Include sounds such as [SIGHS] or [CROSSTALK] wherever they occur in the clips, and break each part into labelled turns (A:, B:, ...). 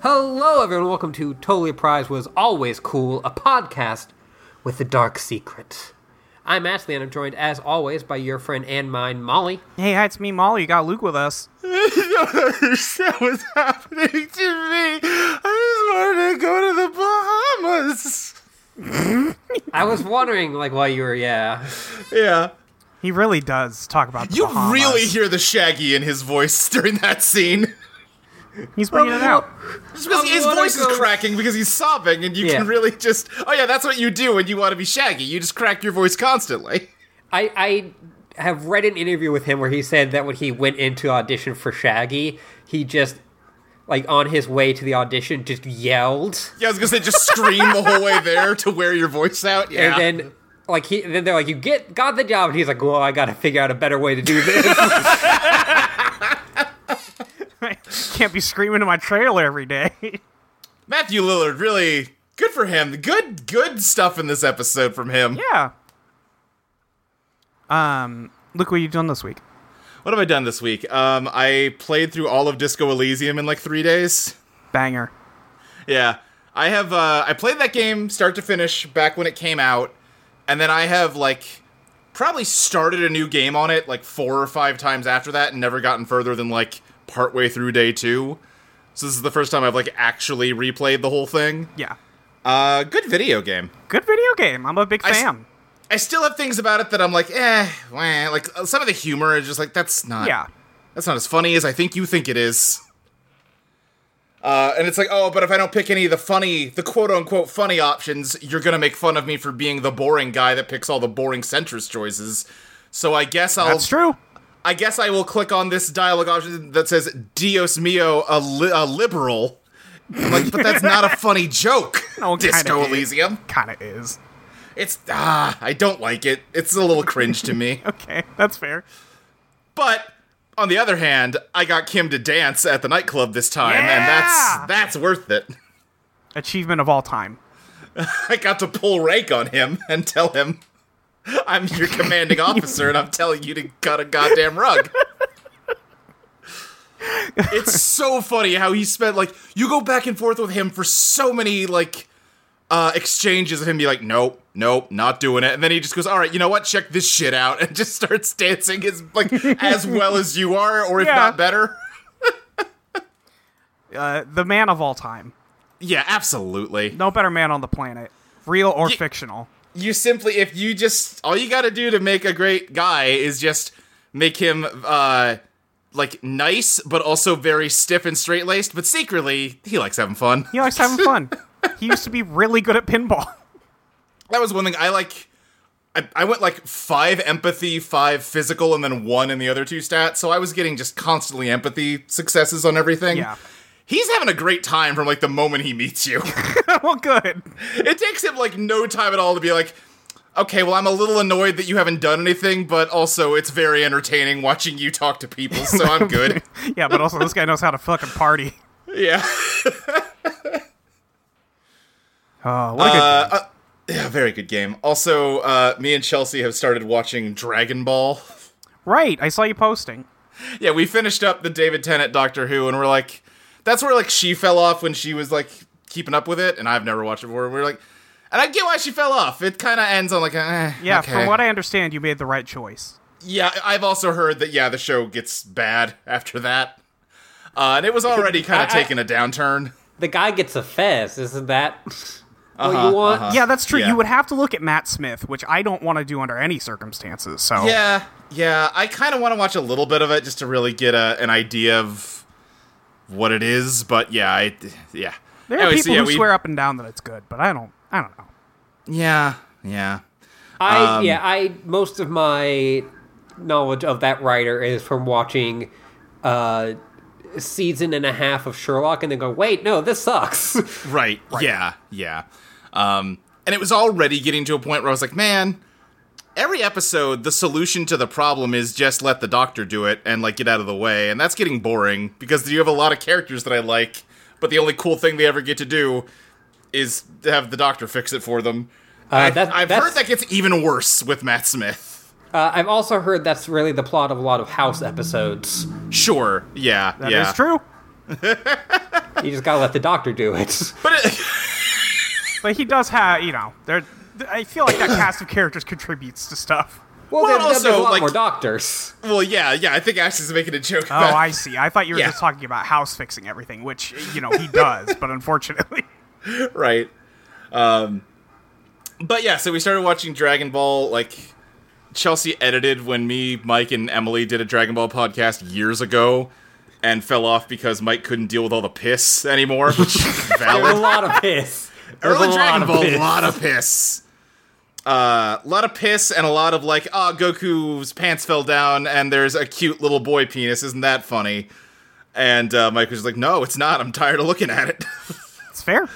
A: Hello, everyone. Welcome to Totally Prize Was Always Cool, a podcast with the dark secret. I'm Ashley, and I'm joined, as always, by your friend and mine, Molly.
B: Hey, hi, it's me, Molly. You got Luke with us.
C: I don't understand what's happening to me. I just wanted to go to the Bahamas.
A: I was wondering, like, why you were, yeah.
C: Yeah.
B: He really does talk about the
C: You
B: Bahamas.
C: really hear the Shaggy in his voice [LAUGHS] during that scene.
B: He's bringing it
C: [LAUGHS]
B: out. [LAUGHS]
C: Just because
A: I
C: his
A: wanna
C: voice is
A: go-
C: cracking because he's sobbing, and you
A: Yeah.
C: can really just. Oh, yeah, that's what you do when you want to be Shaggy. You just crack your voice constantly.
A: I, I have read an interview with him where he said that when he went into audition for Shaggy, he just, like, on his way to the audition, just yelled.
C: Yeah, I was going to say, just scream the whole way there to wear your voice out. Yeah.
A: And then, like, he, then they're like, you get, got the job. And he's like, well, I got to figure out a better way to do this.
B: Can't be screaming in my trailer every day. [LAUGHS]
C: Matthew Lillard, really good for him. Good, good stuff in this episode from him.
B: yeah. Um, Luke, what you done this week?
C: What have I done this week? Um, I played through all of Disco Elysium in like three days.
B: Banger.
C: Yeah, I have. Uh, I played that game start to finish back when it came out, and then I have like probably started a new game on it like four or five times after that, and never gotten further than like partway through day two. So this is the first time I've like actually replayed the whole thing.
B: Yeah.
C: Uh, good video game.
B: Good video game. I'm a big
C: s-
B: fan.
C: I still have things about it that I'm like, eh, wah. like uh, some of the humor is just like that's not.
B: yeah.
C: That's not as funny as I think you think it is. Uh, and it's like, oh, but if I don't pick any of the funny, the quote unquote funny options, you're gonna make fun of me for being the boring guy that picks all the boring centrist choices. So I guess I'll,
B: That's true.
C: I guess I will click on this dialogue option that says "Dios mio, a, li- a liberal." I'm like, but
B: [LAUGHS]
C: that's not a funny joke.
B: No, it kinda
C: Disco
B: is.
C: Elysium.
B: Kind of is. [LAUGHS]
C: It's ah, I don't like it. It's a little cringe to me.
B: Okay, that's fair.
C: But on the other hand, I got Kim to dance at the nightclub this time, and
B: Yeah!
C: that's that's worth it. [LAUGHS]
B: Achievement of all time.
C: I got to pull rank on him and tell him I'm
B: [LAUGHS]
C: your commanding officer and I'm telling you to cut a goddamn rug.
B: [LAUGHS]
C: it's so funny how he spent like you go back and forth with him for so many like uh exchanges of him be like, Nope, nope, not doing it. And then he just goes, Alright, you know what, check this shit out [LAUGHS] and just starts dancing as like
B: [LAUGHS]
C: as well as you are, or if
B: Yeah.
C: not better.
B: Uh, the man of all time.
C: Yeah, absolutely.
B: No better man on the planet, real or fictional.
C: You simply, if you just, all you got to do to make a great guy is just make him, uh, like nice, but also very stiff and straight laced. But secretly, he likes having fun.
B: He likes having
C: [LAUGHS]
B: fun. he used to be really good at pinball.
C: That was one thing I like. I, I went like five empathy, five physical, and then one in the other two stats. So I was getting just constantly empathy successes on everything.
B: Yeah. [LAUGHS]
C: He's having a great time from like the moment he meets you.
B: well, good.
C: it takes him like no time at all to be like okay well i'm a little annoyed that you haven't done anything but also it's very entertaining watching you talk to people so i'm good
B: [LAUGHS] Yeah, but also this guy knows how to fucking party.
C: [LAUGHS] yeah
B: [LAUGHS] Oh, what a good
C: uh, uh, yeah very good game also uh, me and chelsea have started watching dragon ball
B: Right, I saw you posting.
C: yeah we finished up the david tennant doctor who and we're like that's where like she fell off when she was like keeping up with it and i've never watched it before we're like and i get why she fell off it kind of ends on like eh,
B: Yeah,
C: okay.
B: from what I understand, you made the right choice.
C: Yeah, I've also heard that yeah, the show gets bad after that. [LAUGHS] Uh, and it was already kind
A: I-
C: of taking a downturn.
A: the guy gets a fez, isn't that? what
C: Uh-huh,
A: you want.
B: Yeah, that's true.
C: Yeah.
B: You would have to look at Matt Smith, which I don't want to do under any circumstances. So
C: Yeah, yeah. I kind of want to watch a little bit of it just to really get a, an idea of what it is. But yeah, I, yeah.
B: there are
C: Anyway, so
B: people
C: yeah,
B: who
C: we-
B: swear up and down that it's good, but I don't. I don't know.
C: Yeah, yeah.
A: I
C: Um,
A: yeah, I most of my knowledge of that writer is from watching uh season and a half of Sherlock and then go, "Wait, no, this sucks." [LAUGHS] Uh,
C: Right. Yeah. Yeah. Um, and it was already getting to a point where I was like, man, every episode, the solution to the problem is just let the doctor do it and like get out of the way, and that's getting boring because you have a lot of characters that I like, but the only cool thing they ever get to do is to have the doctor fix it for them. I've,
A: that-
C: I've
A: that's-
C: heard that gets even worse with Matt Smith.
A: uh, I've also heard that's really the plot of a lot of House episodes.
C: Sure. Yeah.
B: That is
C: yeah.
B: true.
A: You just got to let the doctor do it. [LAUGHS]
C: But [LAUGHS] it,
B: But he does have, you know, there. I feel like that cast of characters contributes to
C: [LAUGHS]
B: stuff.
A: Well,
C: Well,
A: there, there's
C: also,
A: a lot
C: like-
A: more doctors.
C: well, yeah, yeah. I think Ashley's making a joke.
B: Oh,
C: about
B: I see. I thought you were
C: Yeah.
B: just talking about house fixing everything, which you know he does, but unfortunately, [LAUGHS]
C: right. Um, but yeah, so we started watching Dragon Ball. Like Chelsea edited when me, Mike, and Emily did a Dragon Ball podcast years ago, and fell off because Mike couldn't deal with all the piss anymore. Which
A: [LAUGHS] There
C: is
A: was a
C: valid.
A: lot of
C: [LAUGHS]
A: piss. There was
C: Early
A: a
C: Dragon
A: lot
C: Ball,
A: of
C: a
A: piss.
C: lot of piss. Uh, a lot of piss and a lot of like, ah, Goku's pants fell down and there's a cute little boy penis. Isn't that funny? And uh, Mike was like, no, it's not. I'm tired of looking at it. [LAUGHS]
B: it's fair.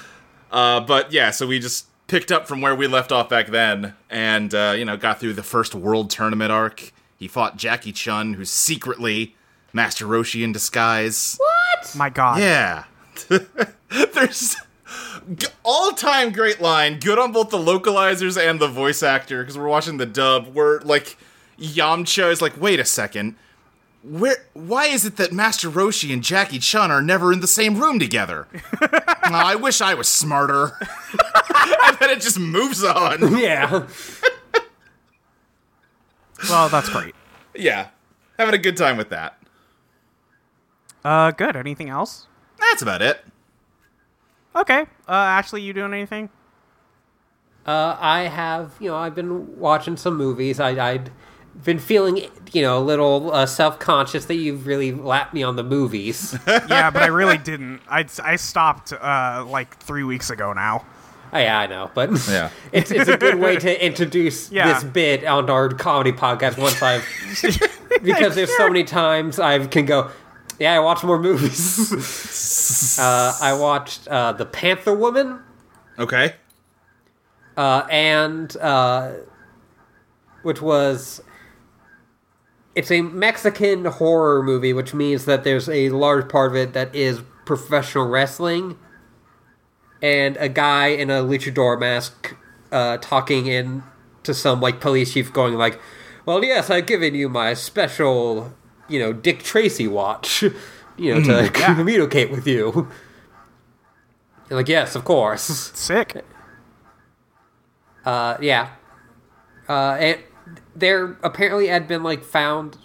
C: Uh, but yeah, so we just picked up from where we left off back then, and uh, you know, got through the first world tournament arc. He fought Jackie Chun, who's secretly Master Roshi in disguise.
B: My God,
C: Yeah, [LAUGHS] there's all-time great line. Good on both the localizers and the voice actor because we're watching the dub. Where like Yamcha is like, wait a second. Where? Why is it that Master Roshi and Jackie Chun are never in the same room together? "Aw, I wish I was smarter. [LAUGHS] and then it just moves on.
A: [LAUGHS] Yeah.
B: well, that's great.
C: Yeah, having a good time with that.
B: Uh, good. Anything else?
C: That's about it.
B: Okay. Uh, Ashley, you doing anything?
A: Uh, I have, you know, I've been watching some movies. I, I'd been feeling, you know, a little uh, self conscious that you've really lapped me on the movies.
B: yeah, but I really didn't. I, I stopped uh, like three weeks ago now.
A: Oh, yeah, I know, but
C: Yeah.
A: [LAUGHS] it's it's a good way to introduce
B: Yeah.
A: this bit on our comedy podcast once I've because there's so many times I can go. Yeah, I watch more movies. uh, I watched uh, the Panther Woman
C: Okay.
A: uh, and uh, which was it's a Mexican horror movie, which means that there's a large part of it that is professional wrestling, and a guy in a luchador mask uh, talking in to some like police chief, going like, "Well, yes, I've given you my special, you know, Dick Tracy watch, [LAUGHS] you know, to [LAUGHS] communicate with you." And like, yes, of course.
B: Sick.
A: Uh, yeah. Uh, it, there apparently had been like found,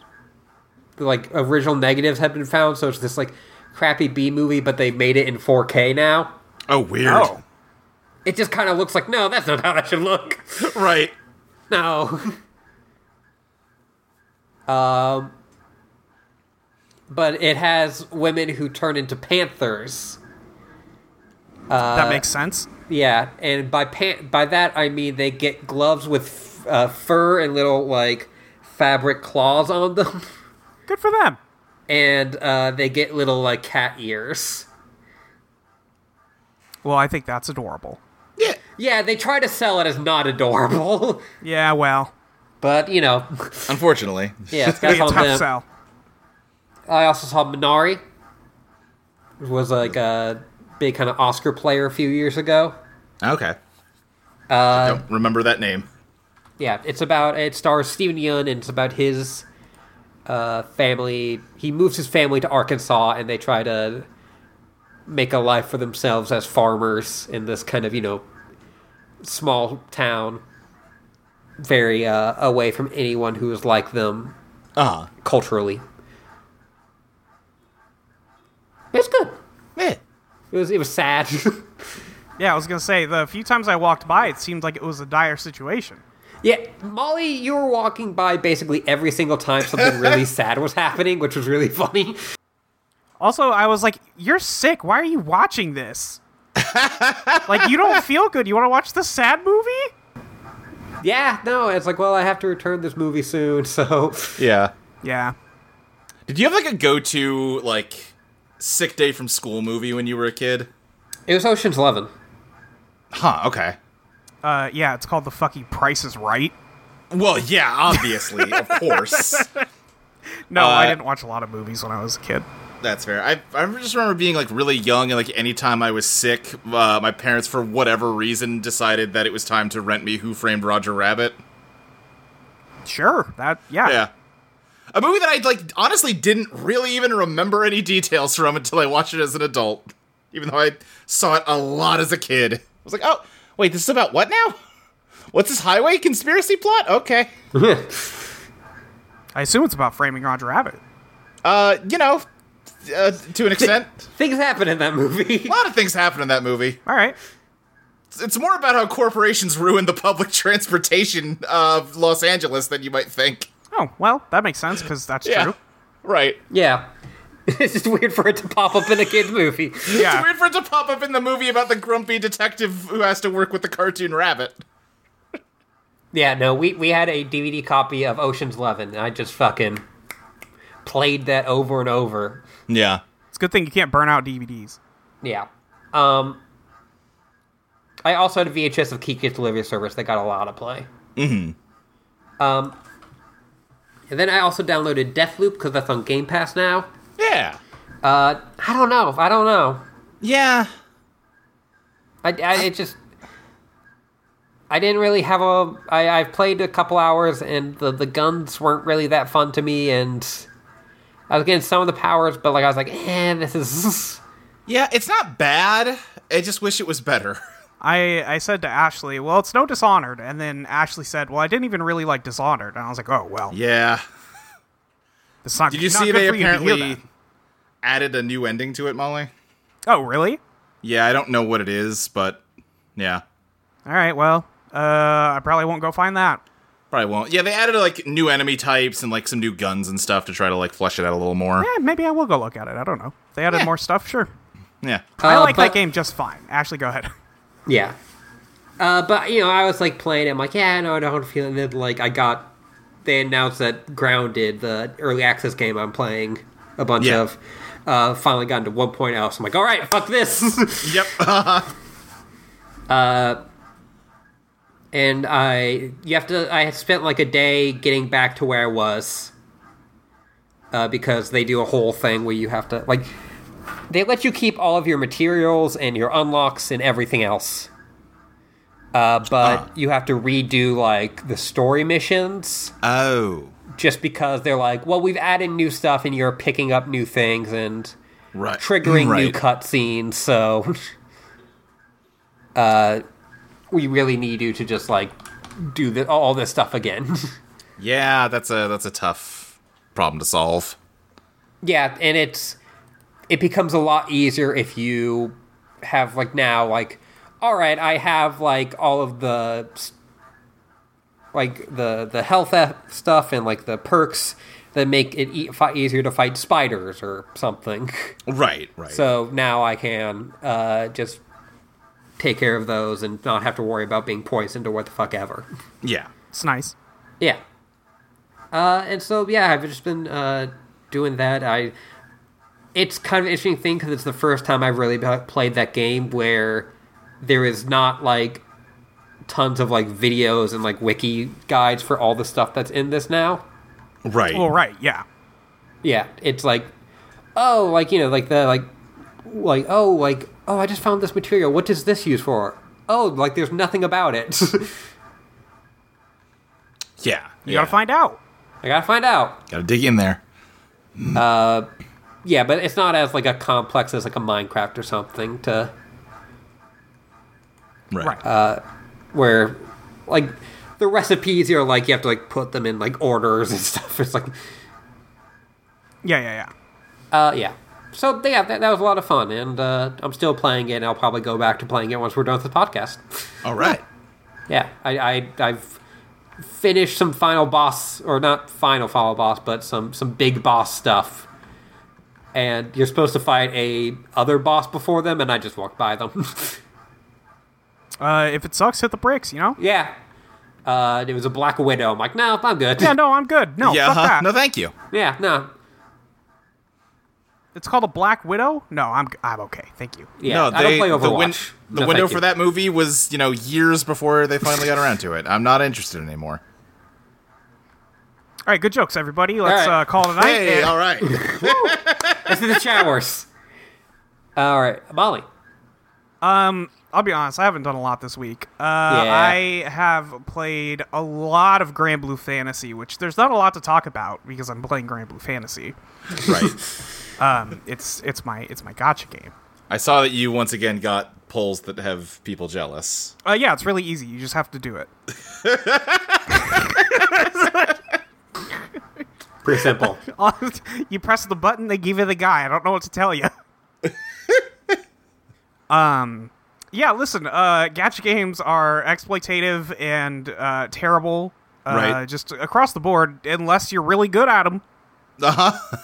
A: like original negatives had been found, so it's this like crappy B movie, but they made it in 4K now.
C: Oh, weird.
B: Oh,
A: It just kind of looks like no, that's not how that should look.
C: [LAUGHS]
A: [LAUGHS]
C: Right.
A: No. [LAUGHS] um. But it has women who turn into panthers.
B: that makes sense.
A: Yeah, and by pan- by that I mean they get gloves with uh, fur and little like fabric claws on them, [LAUGHS]
B: Good for them.
A: and uh, they get little like cat ears.
B: Well, I think that's adorable.
C: Yeah.
A: Yeah, they try to sell it as not adorable, [LAUGHS]
B: Yeah, well,
A: but you know,
C: Unfortunately.
A: yeah, it's
B: [LAUGHS] be a
A: got
B: tough
A: on them.
B: sell.
A: I also saw Minari, which was like a big kind of Oscar player a few years ago.
C: Okay. Uh, don't remember that name.
A: Yeah, it's about it stars Steven Yeun and it's about his uh, family. He moves his family to Arkansas and they try to make a life for themselves as farmers in this kind of you know small town, very uh, away from anyone who is like them
C: Uh huh.
A: culturally. It's good.
C: Yeah. Eh.
A: It was it was sad.
B: Yeah, I was gonna say the few times I walked by, it seemed like it was a dire situation.
A: [LAUGHS] Yeah, Molly, you were walking by basically every single time something really sad was happening, which was really funny.
B: Also, I was like, "You're sick. Why are you watching this? like, you don't feel good. You want to watch the sad movie?"
A: Yeah, no, it's like, well, I have to return this movie soon, [LAUGHS] so
C: Yeah.
B: Yeah.
C: Did you have like a go-to like sick day from school movie when you were a kid?
A: it was Ocean's [LAUGHS] Eleven.
C: Huh. Okay.
B: Uh, yeah, it's called the fucking Price is Right.
C: Well, yeah, obviously, [LAUGHS] of course.
B: No, I
C: Uh,
B: didn't watch a lot of movies when I was a kid.
C: That's fair. I, I just remember being like really young and like anytime I was sick, uh, my parents for whatever reason decided that it was time to rent me Who Framed Roger Rabbit.
B: Sure, that yeah.
C: Yeah. A movie that I like honestly didn't really even remember any details from until I watched it as an adult. Even though I saw it a lot as a kid. I was like, "Oh, wait, this is about what now? What's this highway conspiracy plot?" Okay.
B: I assume it's about framing Roger Rabbit.
C: Uh, you know, uh, to an extent,
A: Things happen in that movie.
C: [LAUGHS] a lot of things happen in that movie.
B: All right.
C: it's more about how corporations ruin the public [LAUGHS] transportation of Los Angeles than you might think.
B: Oh well, that makes sense because that's
C: [LAUGHS]
B: true.
C: Right.
A: [LAUGHS] Yeah. It's just weird for it to pop up in a kid's movie.
B: Yeah.
C: It's weird for it to pop up in the movie about the grumpy detective who has to work with the cartoon rabbit.
A: Yeah, no, we, we had a DVD copy of Ocean's Eleven, and I just fucking played that over and over.
C: Yeah.
B: It's a good thing you can't burn out DVDs.
A: Yeah. Um, I also had a VHS of Kiki's Delivery Service that got a lot of play. Mm-hmm. Um, and then I also downloaded Deathloop because that's on Game Pass now.
C: Yeah.
A: Uh, I don't know. I don't know.
C: Yeah.
A: I, I it just I didn't really have a I I've played a couple hours and the the guns weren't really that fun to me and I was getting some of the powers but like I was like eh this is
C: Yeah, it's not bad. I just wish it was better.
B: [LAUGHS] I I said to Ashley, "Well, it's no Dishonored," and then Ashley said, "Well, I didn't even really like Dishonored," and I was like, "Oh well,
C: Yeah.
B: it's not."
C: Did you
B: not
C: see
B: good
C: they
B: for you to hear
C: apparently
B: that."
C: added a new ending to it, Molly?
B: Oh really?
C: Yeah, I don't know what it is, but yeah.
B: All right. Well, uh, I probably won't go find that.
C: Probably won't. Yeah, they added like new enemy types and like some new guns and stuff to try to like flesh it out a little more.
B: Eh, maybe I will go look at it. I don't know. They added
C: Yeah.
B: more stuff. Sure.
C: Yeah.
B: I
A: Uh,
B: like
A: but-
B: that game just fine. Ashley, go ahead. [LAUGHS]
A: yeah uh but you know I was like playing it I'm like yeah no I don't feel it and then like I got they announced that Grounded the early access game I'm playing a bunch
C: Yeah.
A: of uh finally got into 1.0 so I'm like all right fuck this [LAUGHS]
C: Yep.
B: [LAUGHS]
A: and I you have to I spent like a day getting back to where I was uh, because they do a whole thing where you have to like they let you keep all of your materials and your unlocks and everything else uh, but you have to redo like the story missions
C: oh.
A: just because they're like well we've added new stuff and you're picking up new things and
C: Right.
A: triggering new
C: right.
A: cutscenes, so [LAUGHS] uh we really need you to just like do the, all this stuff again. [LAUGHS]
C: Yeah, that's a that's a tough problem to solve.
A: yeah, and it's it becomes a lot easier if you have like now like all right, I have like all of the s- like the the health e- stuff and like the perks that make it e- fi- easier to fight spiders or something. [LAUGHS]
C: Right. Right.
A: So now I can uh, just take care of those and not have to worry about being poisoned or what the fuck ever.
C: yeah.
B: It's nice.
A: Yeah. Uh, and so yeah, I've just been uh, doing that. I it's kind of an interesting thing because it's the first time I've really be- played that game where there is not like tons of like videos and like wiki guides for all the stuff that's in this now.
C: Right.
B: Well, right. Yeah.
A: Yeah, it's like, oh, like you know, like the like, like oh, like oh, I just found this material. What does this use for? Oh, like there's nothing about it. [LAUGHS]
C: yeah.
B: You gotta find out.
A: I gotta find out.
C: Gotta dig in there.
A: Yeah, but it's not as like a complex as like a Minecraft or something to
C: Right.
B: Right.
A: where, like, the recipes are like you have to like put them in [LAUGHS] like orders and stuff. It's like,
B: yeah. Yeah. Yeah.
A: uh, yeah. so yeah, that, that was a lot of fun, and uh, I'm still playing it. and I'll probably go back to playing it once we're done with the podcast.
C: All right.
A: yeah, I, I I've finished some final boss, or not final final boss, but some some big boss stuff. And you're supposed to fight a other boss before them, and I just walked by them. [LAUGHS]
B: Uh, if it sucks, hit the brakes. You know.
A: yeah, uh, it was a black widow. I'm like, no, I'm good.
B: Yeah, no, I'm good. No,
C: yeah.
B: Oh,
C: uh-huh.
B: fuck
C: huh?
B: that.
C: No, thank you.
A: yeah, no,
B: it's called a Black Widow. No, I'm I'm okay. Thank you.
A: yeah.
C: no, they,
A: I don't play Overwatch.
C: the, win-
A: No,
C: the window
A: thank
C: for
A: you.
C: that movie was you know years before they finally got around to it. I'm not interested anymore.
B: All right, good jokes, everybody. Let's
A: All right.
B: uh, call it a night.
C: Hey, all right.
A: It's in [LAUGHS] the showers. All right, Molly.
B: I'll be honest, I haven't done a lot this week. Uh, I
A: Yeah.
B: have played a lot of Grand Blue Fantasy, which there's not a lot to talk about because I'm playing Grand Blue Fantasy.
C: [LAUGHS] right.
B: Um, it's it's my it's my gotcha game.
C: I saw that you once again got polls that have people jealous.
B: Uh, yeah, it's really easy. You just have to do it.
A: Pretty simple.
B: [LAUGHS] you press the button, they give you the guy. I don't know what to tell you. [LAUGHS] um, yeah, listen, uh, gacha games are exploitative and uh, terrible, uh,
C: Right.
B: just across the board, unless you're really good at them.
C: Uh huh.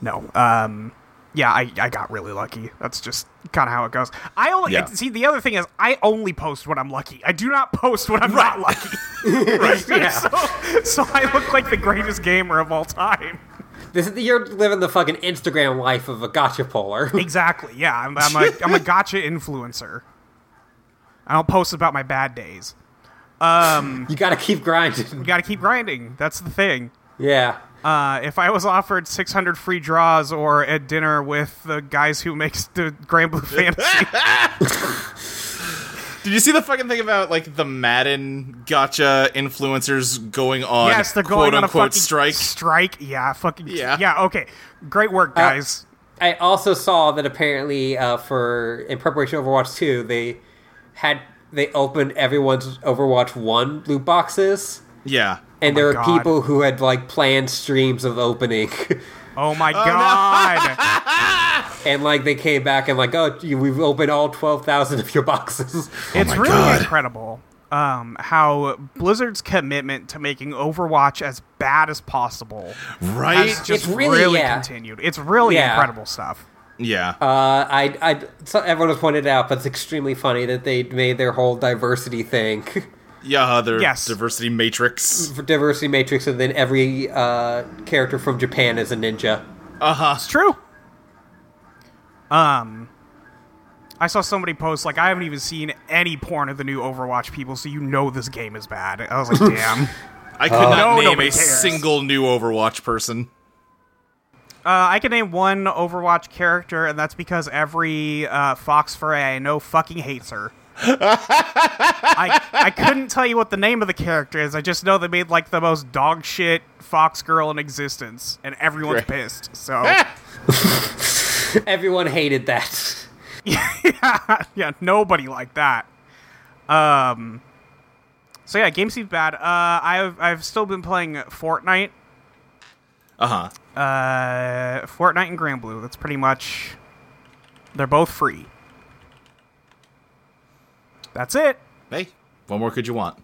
B: No, um, yeah, I, I got really lucky. That's just kind of how it goes. I only
C: Yeah.
B: see the other thing is I only post when I'm lucky. I do not post when I'm not lucky.
C: [LAUGHS]
B: [LAUGHS]
C: Right.
B: so, so I look like the greatest gamer of all time.
A: [LAUGHS] This is, you're living the fucking Instagram life of a gotcha poller.
B: Exactly. Yeah, I'm, I'm a I'm a gotcha influencer. I don't post about my bad days.
A: [LAUGHS] you got to keep grinding.
B: You got to keep grinding. That's the thing.
A: Yeah.
B: Uh, if I was offered 600 free draws or a dinner with the guys who makes the Grand
C: [LAUGHS]
B: Blue Fantasy,
C: Did you see the fucking thing about like the Madden gotcha influencers going on
B: yes, they're going
C: quote
B: on a
C: unquote
B: fucking
C: strike?
B: Strike. Yeah, fucking
C: Yeah.
B: Yeah. Okay. Great work, guys.
A: I also saw that apparently uh, for in preparation for Overwatch 2, they had they opened everyone's Overwatch 1 loot boxes
C: Yeah.
A: and
B: Oh my
A: there were
B: God.
A: people who had like planned streams of opening [LAUGHS]
B: oh my god.
C: Oh
A: and like they came back and like oh you- we've opened all 12,000 of your [LAUGHS] boxes.
B: it's
C: my
B: really
C: God.
B: incredible um, how Blizzard's commitment to making Overwatch as bad as possible
C: Right.
B: has just really,
A: really- yeah.
B: continued. It's really
A: Yeah.
B: incredible stuff.
C: yeah.
A: Uh, I, I, so everyone has pointed out, but it's extremely funny that they made their whole diversity thing, [LAUGHS]
C: yeah. Their
B: yes.
C: diversity matrix.
A: diversity matrix, and then every uh, character from Japan is a ninja. [LAUGHS]
B: It's true. Um, I saw somebody post like I haven't even seen any porn of the new Overwatch people, so you know this game is bad. I was [LAUGHS] like, damn.
C: I could
B: No,
C: not name
B: nobody
C: a
B: cares.
C: single new Overwatch person.
B: Uh, I can name one Overwatch character, and that's because every uh, Fox Foray I know fucking hates her. I, I couldn't tell you what the name of the character is. I just know they made like the most dog shit Fox girl in existence, and everyone's
C: Right.
B: pissed. So [LAUGHS]
A: Everyone hated that. [LAUGHS]
B: [LAUGHS] yeah, nobody liked that. Um, so yeah, game seems bad. Uh, I've I've still been playing Fortnite,
C: Uh huh.
B: uh, Fortnite and Grand Blue. That's pretty much. They're both free. That's it.
C: Hey, what more could you want?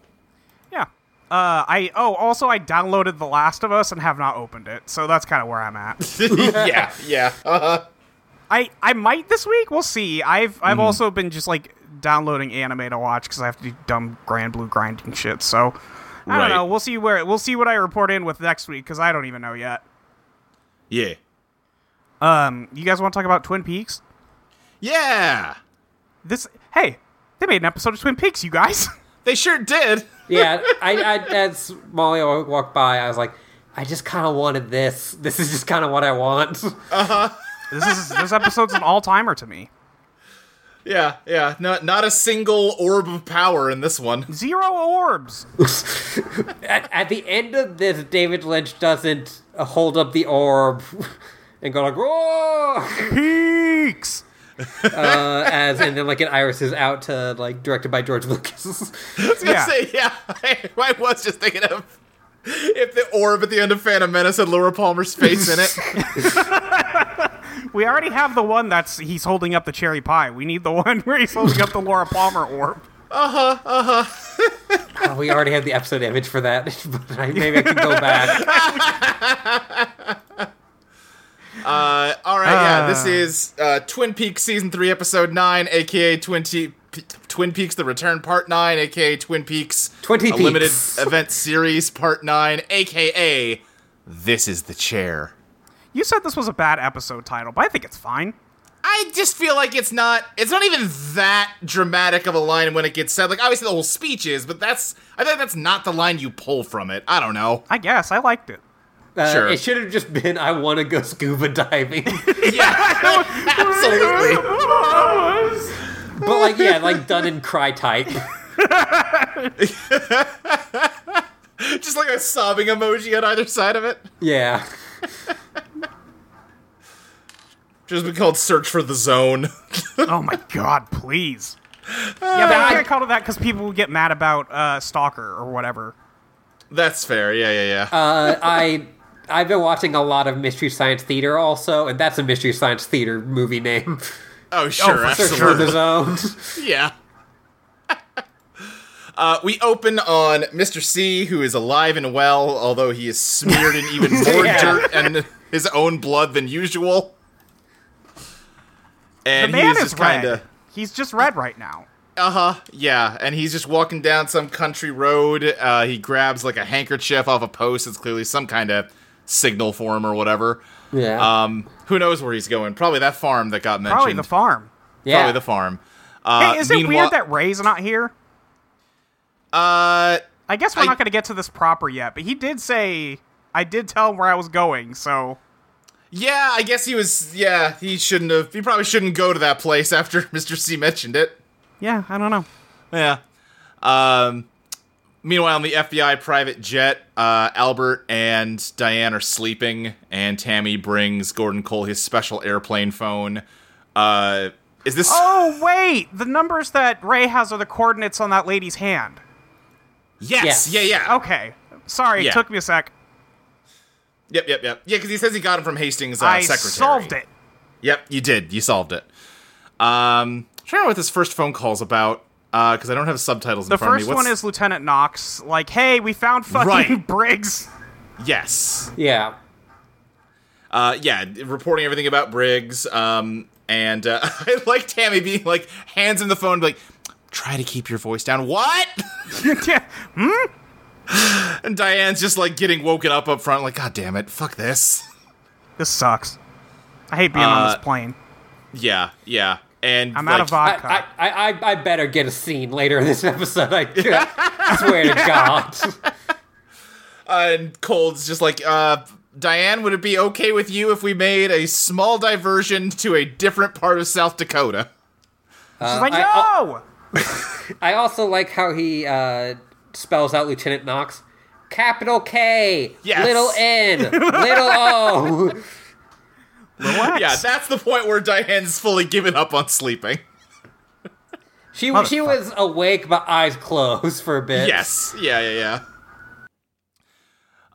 B: Yeah. Uh, I oh also I downloaded The Last of Us and have not opened it, so that's kind of where I'm at.
C: [LAUGHS] yeah. Yeah. Uh,
B: I I might this week. We'll see. I've
C: Hmm.
B: I've also been just like downloading anime to watch because I have to do dumb Grand Blue grinding shit. So I
C: Right.
B: don't know. We'll see where we'll see what I report in with next week because I don't even know yet.
C: yeah.
B: Um, you guys want to talk about Twin Peaks?
C: Yeah.
B: This hey, they made an episode of Twin Peaks, you guys. [LAUGHS]
C: They sure did.
A: Yeah, I, I as Molly walked by, I was like, I just kind of wanted this. This is just kind of what I want.
B: this is this episode's an all timer to me.
C: Yeah. Yeah. Not not a single orb of power in this one. [LAUGHS]
B: Zero orbs.
A: at, at the end of this, David Lynch doesn't uh, hold up the orb and go like, "Whoa!"
B: Peaks.
A: Uh, as and then like an iris is out to like directed by George Lucas.
C: [LAUGHS] I was gonna
B: Yeah.
C: say, yeah. [LAUGHS] I, I was just thinking of [LAUGHS] if the orb at the end of Phantom Menace had Laura Palmer's face in it.
B: We already have the one that's he's holding up the cherry pie. We need the [LAUGHS] one where he's holding up the Laura Palmer orb.
A: Oh, we already have the episode image for that, [LAUGHS] but I, maybe I can go back.
C: Uh, all right, yeah, this is uh, Twin Peaks season three, episode nine, aka Twin Te- P- Twin Peaks: The Return, part nine, aka Twin Peaks:
A: 20
C: a limited
A: Peaks.
C: event series, part nine, aka This is the chair.
B: You said this was a bad episode title, but I think it's fine.
C: I just feel like it's not it's not even that dramatic of a line when it gets said. Like obviously the whole speech is, but that's I think that's not the line you pull from it. I don't know.
B: I guess I liked it.
A: Uh,
C: Sure.
A: It should have just been, I want to go scuba diving.
C: Yeah. Absolutely.
B: Oh
A: but, like, yeah, like done in cry type.
C: Just like a sobbing emoji on either side of it.
A: Yeah.
C: Just been called search for the zone. [LAUGHS]
B: Oh my god, please. Yeah, but I can't call it that because people will get mad about uh, Stalker or whatever.
C: That's fair. Yeah, yeah, yeah.
A: Uh, I. I've been watching a lot of Mystery Science Theater also, and that's a Mystery Science Theater movie name. [LAUGHS]
C: oh, sure.
B: for
A: Search for
C: absolutely.
A: the
C: [LAUGHS]
A: Zone.
C: Yeah. Uh, we open on Mr. C, who is alive and well, although he is smeared in even more
A: Yeah.
C: dirt and his own blood than usual.
B: The
C: And
B: man
C: he's
B: is
C: just kind
B: red.
C: of,
B: He's just red right now.
C: uh huh, yeah. And he's just walking down some country road. Uh, he grabs like a handkerchief off a post. It's clearly some kind of signal for him or whatever.
A: Yeah.
C: Um, who knows where he's going? Probably that farm that got mentioned.
B: Probably the farm.
A: yeah.
C: Probably the farm. Uh,
B: hey, is it
C: meanwhile-
B: weird that Ray's not here?
C: Uh,
B: I guess we're
C: I-
B: not going to get to this proper yet, but he did say I did tell him where I was going, so
C: Yeah, I guess he was. Yeah, he shouldn't have. He probably shouldn't go to that place [LAUGHS] after Mr. C mentioned it.
B: yeah, I don't know.
C: Yeah. Um. Meanwhile, on the FBI private jet, uh, Albert and Diane are sleeping, and Tammy brings Gordon Cole his special airplane phone. Uh, is this?
B: Oh wait, the numbers that Ray has are the coordinates on that lady's hand.
C: yes.
A: Yes.
C: Yeah. Yeah.
B: Okay, sorry,
C: Yeah.
B: it took me a sec.
C: Yep. Yep. Yep. Yeah, because he says he got him from Hastings' uh,
B: I
C: secretary.
B: solved it.
C: Yep, you did. You solved it. Um, I'm trying to remember what this first phone call's about because I don't have subtitles in
B: The
C: front
B: first
C: of me.
B: one
C: What's-
B: is Lieutenant Knox. Like, hey, we found fucking [LAUGHS]
C: Right.
B: Briggs.
C: yes.
A: yeah.
C: uh, yeah, reporting everything about Briggs. Um, and uh, [LAUGHS] I like Tammy being like hands in the phone, like try to keep your voice down. What? [LAUGHS]
B: yeah.
C: And Diane's just like getting woken up up front, like God damn it, fuck this. [LAUGHS]
B: This sucks. I hate being on
C: Uh,
B: this plane.
C: yeah, yeah. And
B: I'm
C: like,
B: out of vodka.
A: I, I, I, I better get a scene later in this [LAUGHS] episode. I swear
C: [LAUGHS]
A: to God.
C: uh, and Cold's just like, uh, Diane, would it be okay with you if we made a small diversion to a different part of South Dakota? uh,
B: She's like,
A: I-
B: no.
A: I also like how he uh, spells out Lieutenant Knox. Capital K,
C: Yes.
A: little N,
C: [LAUGHS]
A: little O.
B: Relax.
C: [LAUGHS] Yeah, that's the point where Diane's fully given up on sleeping.
A: She she
B: Motherfucker.
A: was awake but eyes closed for a bit.
C: Yes. Yeah, yeah, yeah.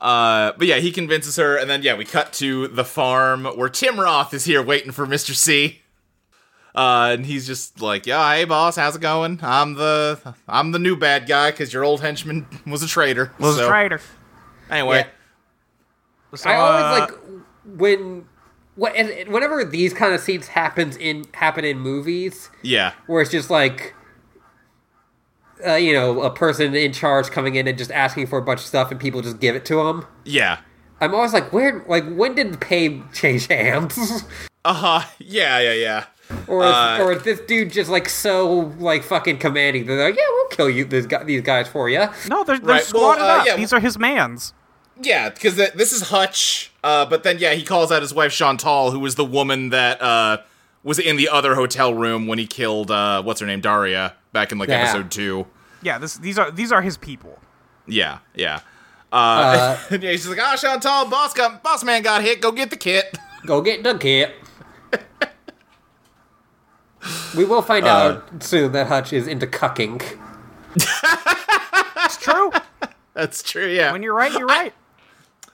C: Uh, but yeah, he convinces her, and then yeah, we cut to the farm where Tim Roth is here waiting for Mr. C. Uh, and he's just like, "Yeah, hey boss, how's it going? I'm the I'm the new bad guy because your old henchman [LAUGHS] was a traitor.
B: was
C: so,
B: a traitor.
C: Anyway,
B: So,
A: I
B: uh,
A: always like when what and- whenever these kind of scenes happens in happen in movies
C: yeah,
A: where it's just like. Uh, you know, a person in charge coming in and just asking for a bunch of stuff, and people just give it to them.
C: yeah,
A: I'm always like, where, like, when did the pay change hands? [LAUGHS]
C: uh huh, yeah, yeah, yeah.
A: Or,
C: Uh,
A: or is this dude just like so like fucking commanding? They're like, yeah, we'll kill you, this guy, these guys for you.
B: no, they're, they're
C: Right, well,
B: squatted
C: uh,
B: up.
C: yeah,
B: These are his mans.
C: Yeah, because th- this is Hutch. Uh, but then yeah, he calls out his wife Chantal, who was the woman that uh, was in the other hotel room when he killed uh, what's her name Daria back in like
A: Yeah.
C: episode two.
B: Yeah, this, these are these are his
C: [LAUGHS]
B: people.
C: Yeah, yeah. Uh, [LAUGHS] and yeah, he's just like, ah, Chantal, boss got boss man got hit. Go get the kit. [LAUGHS]
A: Go get the kid. we will find out soon that Hutch is into cucking.
B: It's true.
C: That's true. Yeah.
B: when you're right, you're right.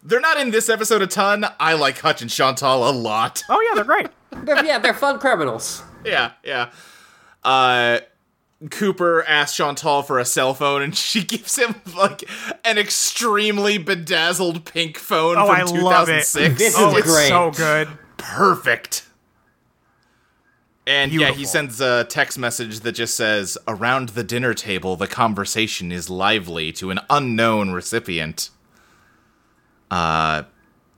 C: They're not in this episode a ton. I like Hutch and Chantal a lot.
B: Oh yeah, they're
C: [LAUGHS]
B: great.
A: They're- yeah, they're fun criminals.
C: yeah, yeah. Uh, Cooper asks Chantal for a cell phone, and [LAUGHS] she gives him like an extremely bedazzled pink phone
B: Oh,
C: from
B: I love it.
C: 2006.
A: This
B: oh,
A: is
B: it's
A: great.
B: so good.
C: perfect. And yeah, he
B: Beautiful.
C: sends a text message that just says, "Around the dinner table, the conversation is lively to an unknown recipient." Uh,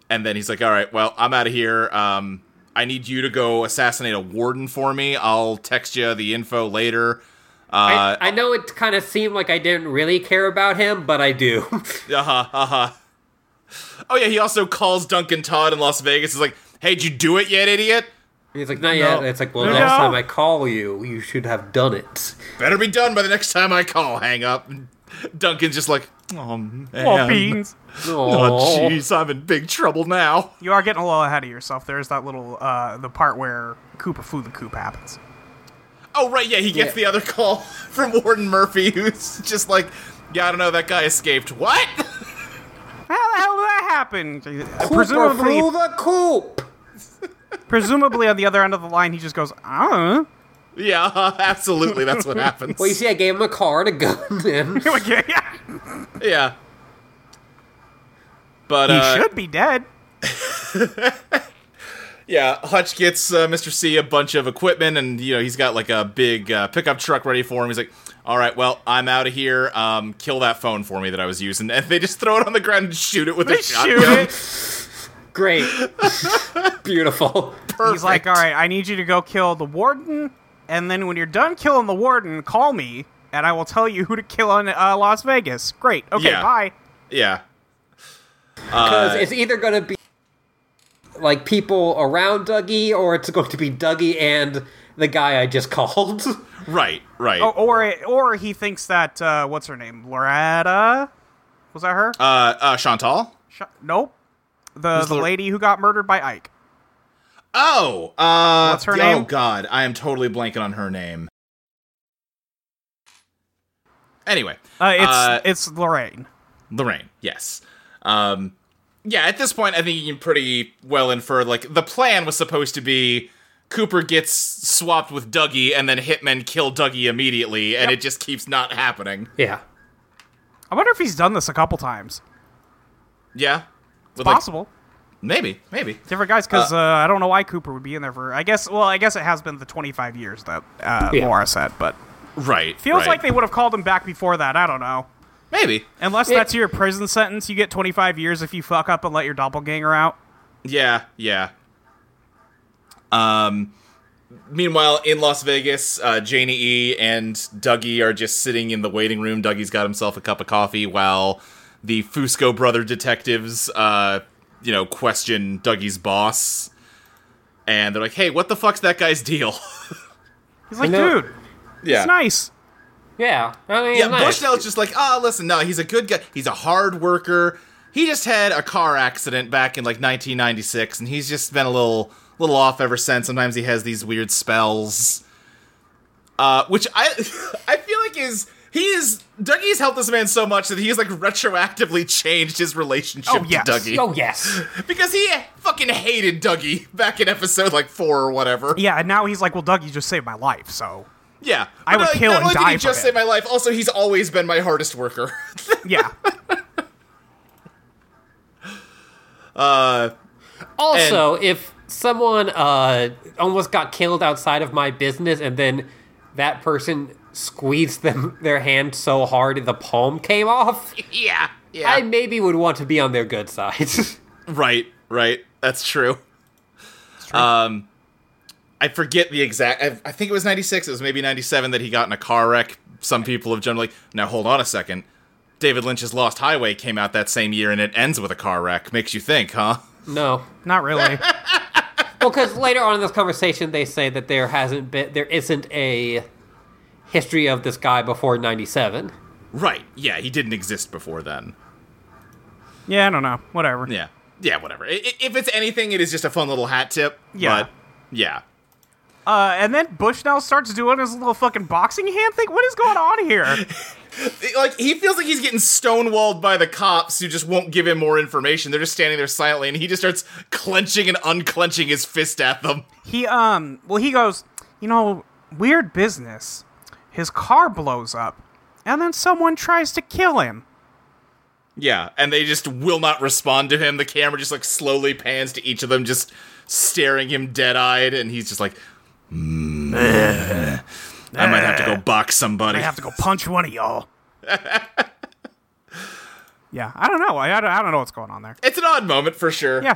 C: and then he's like, "All right, well, I'm out of here. Um, I need you to go assassinate a warden for me. I'll text you the info later." Uh,
A: I, I know it kind of seemed like I didn't really care about him, but I do. [LAUGHS]
C: Uh huh. Uh huh. Oh yeah, he also calls Duncan Todd in Las Vegas. He's like, "Hey, did you do it yet, idiot?
A: He's like, not yet.
C: No.
A: It's like, well,
B: No.
A: next time I call you, you should have done it.
C: Better be done by the next time I call. Hang up." And Duncan's just like, "Oh,
B: Oh,
C: man.
B: beans.
C: Oh,
A: Aw.
C: jeez, I'm in big trouble now."
B: You are getting a little ahead of yourself. There's that little uh, the part where Cooper flew the coop happens.
C: Oh right, yeah, he gets
A: Yeah.
C: the other call [LAUGHS] from Warden Murphy, who's just like, "Yeah, I don't know, that guy escaped." What? [LAUGHS]
B: How the hell did that happen?
A: Cooper
B: Presumably,
A: flew the coop.
B: presumably on the other end of the line, he just goes, "Uh, I [LAUGHS] don't
C: yeah, [LAUGHS] uh-huh, absolutely,
A: [LAUGHS]
C: that's what happens.
A: Well, you see, I gave him a car and a gun, [LAUGHS] and
C: [LAUGHS] Uh,
B: know. yeah, yeah.
C: yeah. But
B: He
C: uh,
B: should be
C: [LAUGHS]
B: dead.
C: Yeah, Hutch gets uh, Mr. C a bunch of equipment, and you know he's got like a big uh, pickup truck ready for him. He's like, "All right, well, I'm out of here. Um, kill that phone for me that I was using." [LAUGHS] And they just throw it on the ground and shoot it with
B: They
C: a
B: shoot
C: shotgun.
B: it.
A: great, beautiful.
B: He's like, all right, I need you to go kill the warden, and then when you're done killing the warden, call me, and I will tell you who to kill in uh, Las Vegas. Great. Okay,
C: Yeah.
B: bye.
C: Yeah, Uh,
A: Because it's either going to be like people around Dougie, or it's going to be Dougie and the guy I just [LAUGHS] called.
C: right, right.
B: Oh, or or he thinks that uh, what's her name, Loretta? Was that her?
C: Uh, uh, Chantal.
B: Sh- nope. The,
C: Who's
B: the
C: Lor-
B: lady who got murdered by Ike.
C: Oh, uh,
B: What's her
C: oh
B: name?
C: God, I am totally blanking on her name. Anyway,
B: Uh, it's
C: uh,
B: it's Lorraine.
C: Lorraine, yes. Um, yeah, at this point, I think you can pretty well infer like the plan was supposed to be Cooper gets swapped with Dougie, and then hitmen kill Dougie immediately, and it just keeps not happening.
A: yeah,
B: I wonder if he's done this a couple times.
C: Yeah, With, like,
B: Possible.
C: maybe, maybe.
B: Different guys, because uh, I don't know why Cooper would be in there for. I guess. Well, I guess it has been the 25 years that uh,
A: Yeah.
B: Laura said, but
C: Right.
B: feels
C: right.
B: like they would have called him back before that. I don't know.
C: maybe.
B: Unless
A: It-
B: that's your prison sentence, you get 25 years if you fuck up and let your doppelganger out.
C: Yeah, yeah. Um. Meanwhile, in Las Vegas, uh, Janie E and Dougie are just sitting in the waiting room. Dougie's got himself a cup of coffee while the Fusco brother detectives, uh, you know, question Dougie's boss. And they're like, "Hey, what the fuck's that guy's deal?"
B: He's like,
A: I know.
B: dude,
C: yeah.
B: it's nice.
A: yeah. I mean,
C: Yeah,
A: nice.
C: Bushnell's just like, ah, listen, no, he's a good guy. He's a hard worker. He just had a car accident back in like 1996, and he's just been a little little off ever since. Sometimes he has these weird spells, uh, which I [LAUGHS] I feel like is he is Dougie's helped this man so much that he's like retroactively changed his relationship
B: Oh, yes.
C: to Dougie
A: Oh yes,
C: because he fucking hated Dougie back in episode like four or whatever.
B: Yeah, and now he's like, well, Doug, you just saved my life, so
C: Yeah,
B: I
C: But
B: would
C: not-
B: kill
C: Not
B: and
C: only did
B: die
C: he
B: for
C: just
B: him.
C: save my life, also he's always been my hardest worker. [LAUGHS]
B: yeah.
A: Also, if someone uh, almost got killed outside of my business, and then that person squeezed them [LAUGHS] their hand so hard the palm came off,
C: yeah, yeah.
A: I maybe would want to be on their good side. [LAUGHS]
C: Right, right. That's true. Um, I forget the exact. I, I think it was '96. It was maybe '97 that he got in a car wreck. Some people have generally now hold on a second. David Lynch's Lost Highway came out that same year, and it ends with a car wreck. Makes you think, huh?
A: no,
B: Not really.
A: well, because later on in this conversation, they say that there hasn't been, there isn't a history of this guy before '97.
C: Right. Yeah, he didn't exist before then.
B: Yeah, I don't know. Whatever.
C: Yeah. Yeah. Whatever. I- I- if it's anything, it is just a fun little hat tip.
B: Yeah.
C: But yeah.
B: Uh, and then Bushnell starts doing his little fucking boxing hand thing. What is going on here?
C: like he feels like he's getting stonewalled by the cops who just won't give him more information. They're just standing there silently, and he just starts clenching and unclenching his fist at them.
B: He um well he goes, you know, weird business. His car blows up, and then someone tries to kill him.
C: Yeah, and they just will not respond to him. The camera just like slowly pans to each of them, just staring him dead eyed, and he's just like, "Mm, eh, I might have to go box somebody.
B: I have to go punch one of y'all. [LAUGHS] yeah, I don't know. I, I don't- I don't know what's going on there.
C: It's an odd moment for sure.
B: Yeah.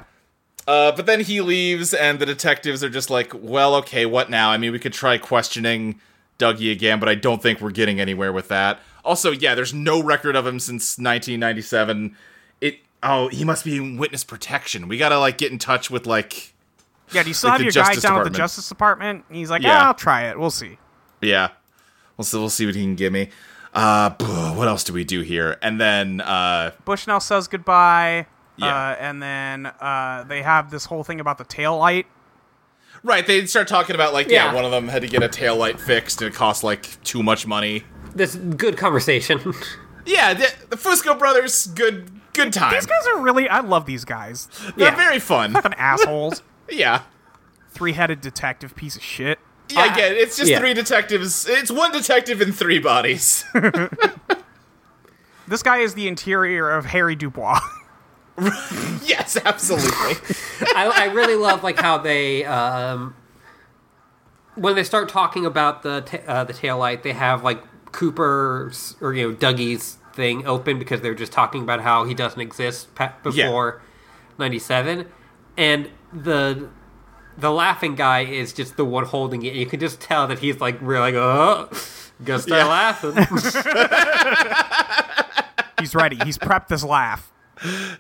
C: Uh, but then he leaves, and the detectives are just like, well, okay, what now? I mean, we could try questioning Dougie again, but I don't think we're getting anywhere with that. Also, yeah, there's no record of him since 1997. It oh, he must be in witness protection. We gotta like get in touch with like
B: Yeah, do you still have
C: Like the
B: your guy down
C: Justice
B: at
C: Department.
B: the Justice Department? And he's like,
C: Yeah.
B: yeah, I'll try it. We'll see.
C: yeah. We'll see, we'll see what he can give me. Uh, buh, what else do we do here? And then uh,
B: Bushnell says goodbye.
C: Yeah.
B: Uh, and then uh, they have this whole thing about the tail light.
C: right, they start talking about like yeah.
A: Yeah.
C: one of them had to get a tail light fixed and it cost like too much money.
A: This good conversation. [LAUGHS]
C: Yeah, the, the Fusco brothers, good good time.
B: These guys are really. I love these guys.
C: They're
A: Yeah.
C: very
A: [LAUGHS]
B: [LAUGHS]
C: fun.
B: Fucking assholes.
C: Yeah.
B: Three headed detective piece of shit.
C: Yeah, I get it. It's just
A: yeah.
C: three detectives. It's one detective and
A: [LAUGHS]
C: three bodies.
B: This guy is the interior of Harry Dubois. [LAUGHS]
C: yes,
A: [LAUGHS]
C: absolutely.
A: I, I really love like how they um, when they start talking about the ta- uh, the taillight, they have like Cooper's or you know Dougie's thing open because they're just talking about how he doesn't exist pa- before ninety seven, and the the laughing guy is just the one holding it. You can just tell that he's like really like, oh, gonna start
C: Yeah.
A: laughing.
B: He's ready. He's prepped his laugh.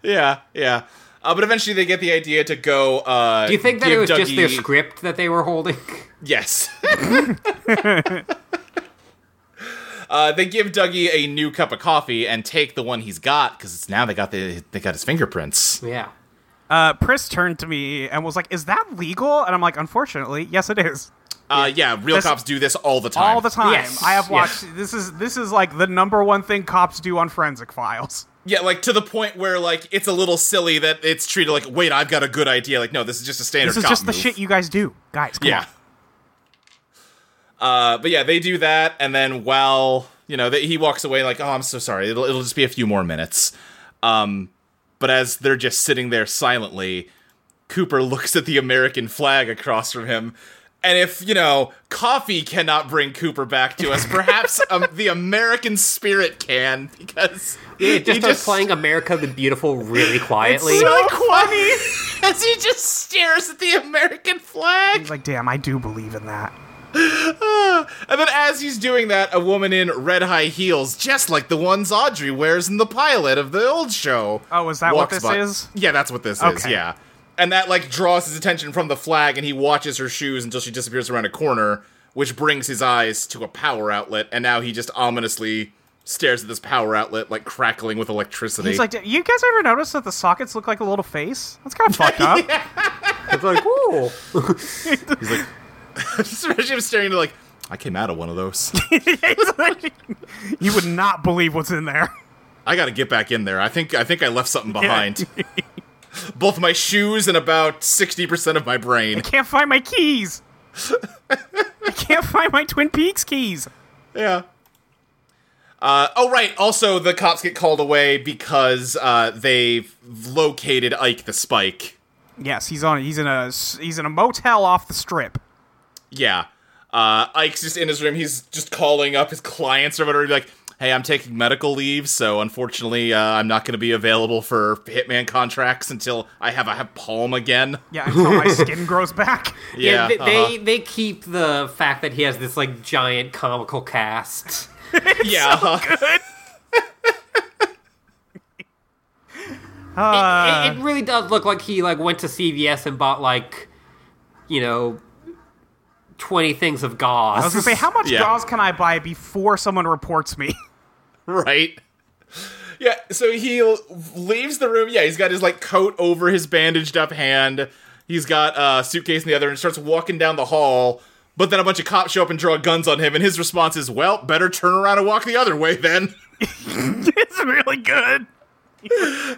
C: yeah, yeah. Uh, but eventually they get the idea to go. Uh,
A: Do you think that
C: give
A: it was just their
C: Dougie-
A: script that they were holding? [LAUGHS]
C: Yes. [LAUGHS] Uh, they give Dougie a new cup of coffee and take the one he's got because now they got the they got his fingerprints.
A: yeah.
B: Uh, Pris turned to me and was like, Is that legal? And I'm like, Unfortunately, yes, it is.
C: Uh, yeah, real
B: This-
C: cops do this all the time.
B: All the time.
A: Yes.
B: I have
A: Yes.
B: watched this is this is like the number one thing cops do on forensic files.
C: Yeah, like to the point where like it's a little silly that it's treated like, wait, I've got a good idea. Like, no, this is just a standard.
B: This is
C: cop
B: just the
C: move.
B: shit you guys do. Guys, come
C: Yeah.
B: on.
C: Uh, but yeah, they do that, and then while you know they, he walks away, like, oh, I'm so sorry. It'll it'll just be a few more minutes. Um, but as they're just sitting there silently, Cooper [LAUGHS] looks at the American flag across from him. And if, you know, coffee cannot bring Cooper back to us, perhaps um, the American spirit can, because
A: It just
C: he
A: starts playing "America the Beautiful" really quietly.
C: so funny as he just stares at the American flag.
B: He's like, damn, I do believe in that.
C: Ah, And then as he's doing that, a woman in red high heels, just like the ones Audrey wears in the pilot of the old show.
B: Oh, is that what
C: walks
B: this
C: by-
B: is?
C: Yeah, that's what this is,
B: Okay.
C: yeah. And that like draws his attention from the flag and he watches her shoes until she disappears around a corner, which brings his eyes to a power outlet, and now he just ominously stares at this power outlet like crackling with electricity.
B: He's like, "D- you guys ever notice that the sockets look like a little face? That's
C: [LAUGHS]
B: kind of fucked up. [LAUGHS]
A: It's like, ooh.
C: [LAUGHS] just imagine him staring at like, I came out of one of those. [LAUGHS]
B: It's like- you would not believe what's in there.
C: I got to get back in there. I think I think I left something behind. Both my shoes and about 60% of my brain.
B: Can't find my keys. I can't find my Twin Peaks keys.
C: Yeah. Uh, oh right. Also, the cops get called away because uh, they've located Ike the Spike.
B: Yes, he's on. He's in a. s- He's in a motel off the strip.
C: Yeah. Uh, Ike's just in his room. He's just calling up his clients or whatever. Like, hey, I'm taking medical leave, so unfortunately, uh, I'm not going to be available for Hitman contracts until I have I have Palm again.
B: Yeah, until my skin grows back.
A: Yeah, they, [LAUGHS]
C: uh-huh.
A: they they keep the fact that he has this like giant comical cast.
C: yeah. uh-huh.
A: it,
B: Uh,
A: it really does look like he like went to CVS and bought like, you know, twenty things of gauze.
B: I was gonna say, how much
C: Yeah.
B: gauze can I buy before someone reports me? [LAUGHS]
C: right? Yeah, so he l- leaves the room. Yeah, he's got his like coat over his bandaged up hand. He's got a uh, suitcase in the other and starts walking down the hall But then a bunch of cops show up and draw guns on him, and his response is, "Well, better turn around and walk the other way then."
B: it's really good.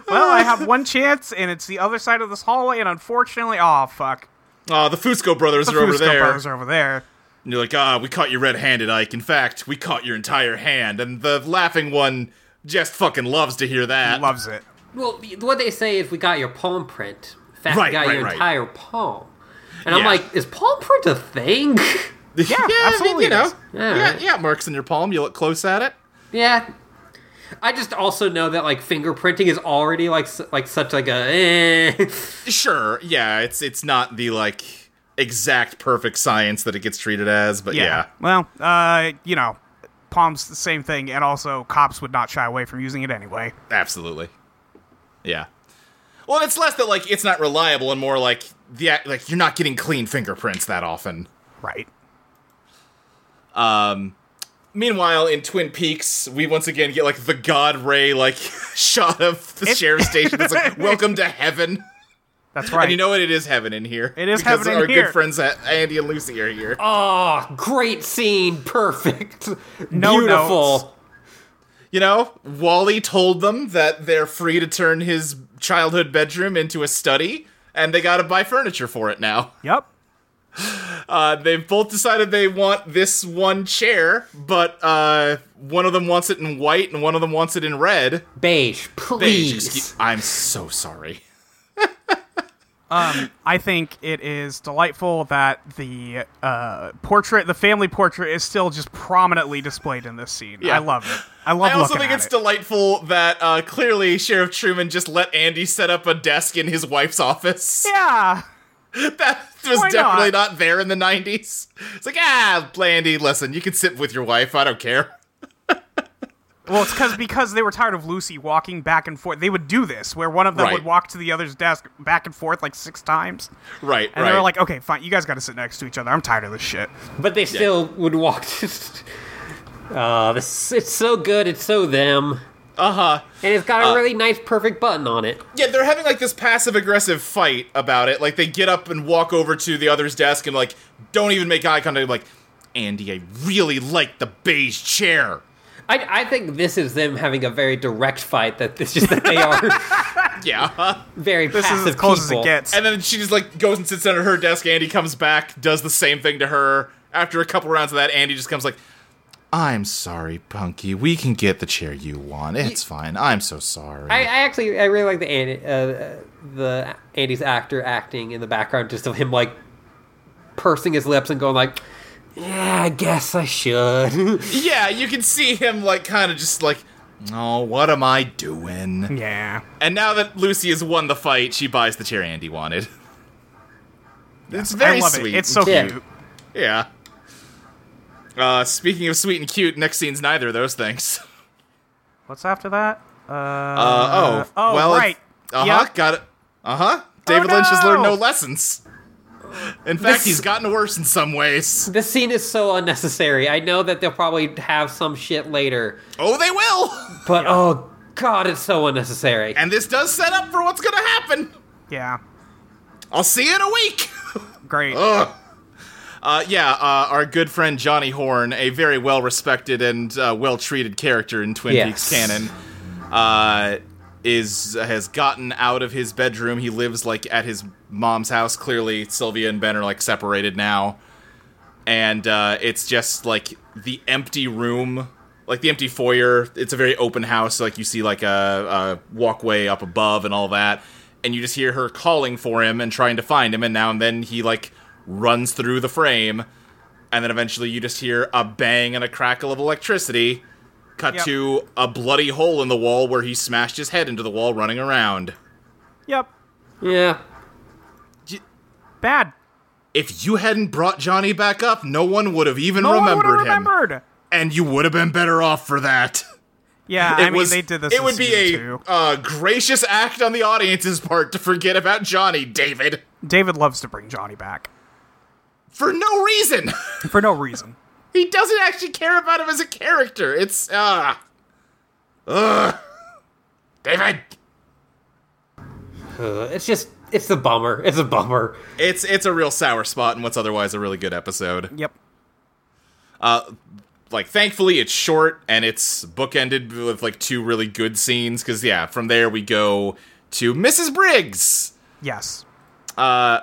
B: well, I have one chance, and it's the other side of this hallway, and unfortunately, oh fuck,
C: Ah, the Fusco brothers
B: the
C: are over
B: Fusco
C: there.
B: brothers are over there.
C: And you're like, ah, we caught you red-handed, Ike. In fact, we caught your entire hand. And the laughing one just fucking loves to hear that. [LAUGHS]
B: Loves it.
A: Well, the- what they say is we got your palm print. In fact,
C: Right,
A: we got
C: right,
A: your
C: right.
A: entire palm. And I'm
C: Yeah.
A: like, is palm print a thing? [LAUGHS]
C: yeah, I mean,
B: absolutely
C: You know,
B: is.
A: Yeah,
C: yeah,
A: right.
C: yeah, marks in your palm. You look close at it.
A: yeah. I just also know that like fingerprinting is already like s- like such like a eh. [LAUGHS]
C: Sure, yeah, it's it's not the like exact perfect science that it gets treated as, but yeah.
B: Well, uh, you know, palms the same thing, and also cops would not shy away from using it anyway.
C: absolutely. Yeah. Well, it's less that like it's not reliable and more like the act- like you're not getting clean fingerprints that often.
B: Right.
C: Meanwhile, in Twin Peaks, we once again get like the God Ray like [LAUGHS] shot of the sheriff's station. It's
B: [LAUGHS]
C: like welcome to heaven.
B: That's right.
C: And you know what? It is heaven in here.
B: It is
C: because
B: heaven in
C: our
B: here.
C: good friends uh, Andy and Lucy are here.
A: oh, great scene, perfect,
B: No
A: beautiful.
B: notes.
C: You know, Wally told them that they're free to turn his childhood bedroom into a study, and they gotta buy furniture for it now.
B: Yep.
C: Uh, they've both decided they want this one chair, but uh, one of them wants it in white and one of them wants it in red.
A: Beige,
C: Beige,
A: please.
C: excuse- I'm so sorry.
B: I think it is delightful that the uh, portrait, the family portrait, is still just prominently displayed in this scene.
C: Yeah.
B: I love it. I love
C: I also
B: looking
C: think
B: at
C: it's
B: it.
C: delightful that uh, clearly Sheriff Truman just let Andy set up a desk in his wife's office.
B: yeah.
C: [LAUGHS] that was
B: Why
C: definitely
B: not?
C: not? there in the 90s. It's like, ah, Blandy, listen, you can sit with your wife. I don't care.
B: Well, it's because because they were tired of Lucy walking back and forth. They would do this where one of them
C: Right.
B: would walk to the other's desk back and forth like six times,
C: Right,
B: and
C: right.
B: they were like, "Okay, fine, you guys got to sit next to each other. I'm tired of this shit."
A: But they still would walk. [LAUGHS] Uh, this, it's so good. It's so them,
C: uh huh.
A: and it's got a really nice, perfect button on it.
C: Yeah, they're having like this passive aggressive fight about it. Like, they get up and walk over to the other's desk and, like, don't even make eye contact. Like, Andy, I really like the beige chair.
A: I, I think this is them having a very direct fight. That it's [LAUGHS] just that they
B: [LAUGHS]
A: are
C: Yeah.
A: very
B: This
A: passive
B: is as close
A: people.
B: as it gets.
C: Uh-huh. And then she just like goes and sits down at her desk. Andy comes back, does the same thing to her. After a couple rounds of that, Andy just comes like, "I'm sorry, Punky. We can get the chair you want. It's fine. I'm so sorry."
A: I, I actually I really like the Andy, uh, uh, the Andy's actor acting in the background, just of him like pursing his lips and going like, "Yeah, I guess I should."
C: yeah, you can see him like kind of just like, "Oh, what am I doing?"
B: yeah.
C: And now that Lucy has won the fight, she buys the chair Andy wanted. It's
B: I
C: very
B: love
C: sweet.
B: it. It's so
A: Yeah.
B: cute.
C: yeah. Uh, speaking of sweet and cute, next scene's neither of those things.
B: What's after that? Uh,
C: Uh, oh,
B: oh,
C: well,
B: right.
C: Uh huh.
B: Yep.
C: Got it. Uh huh. David
B: Oh,
C: Lynch has learned
B: no.
C: no lessons. In fact,
A: This-
C: he's gotten worse in some ways.
A: this scene is so unnecessary. I know that they'll probably have some shit later,
C: Oh, they will.
A: but oh god, it's so unnecessary.
C: And this does set up for what's gonna happen.
B: Yeah.
C: I'll see you in a week.
B: Great.
C: oh. [LAUGHS] Uh, yeah, uh, our good friend Johnny Horn, a very well respected and uh, well treated character in Twin
A: Yes.
C: Peaks canon, uh, is has gotten out of his bedroom. He lives like at his mom's house. Clearly, Sylvia and Ben are like separated now, and uh, it's just like the empty room, like the empty foyer. It's a very open house. Like you see like a, a walkway up above and all that, and you just hear her calling for him and trying to find him. And now and then he like runs through the frame and then eventually you just hear a bang and a crackle of electricity cut
B: Yep.
C: to a bloody hole in the wall where he smashed his head into the wall running around
B: yep.
A: yeah.
C: J-
B: Bad.
C: if you hadn't brought johnny back up no one would have even
B: No one
C: remembered
B: would
C: him
B: have remembered.
C: and you would have been better off for that [LAUGHS]
B: Yeah,
C: it
B: I mean,
C: was
B: they did this.
C: it
B: in
C: would be
B: season
C: a
B: two.
C: uh, gracious act on the audience's part to forget about johnny david
B: David loves to bring Johnny back
C: for no reason [LAUGHS]
B: for no reason.
C: He doesn't actually care about him as a character. It's uh Ugh. David.
A: Uh, it's just it's a bummer. It's a bummer.
C: It's it's a real sour spot in what's otherwise a really good episode.
B: Yep.
C: Like thankfully it's short and it's bookended with like two really good scenes cuz yeah, from there we go to Mrs. Briggs.
B: Yes.
C: A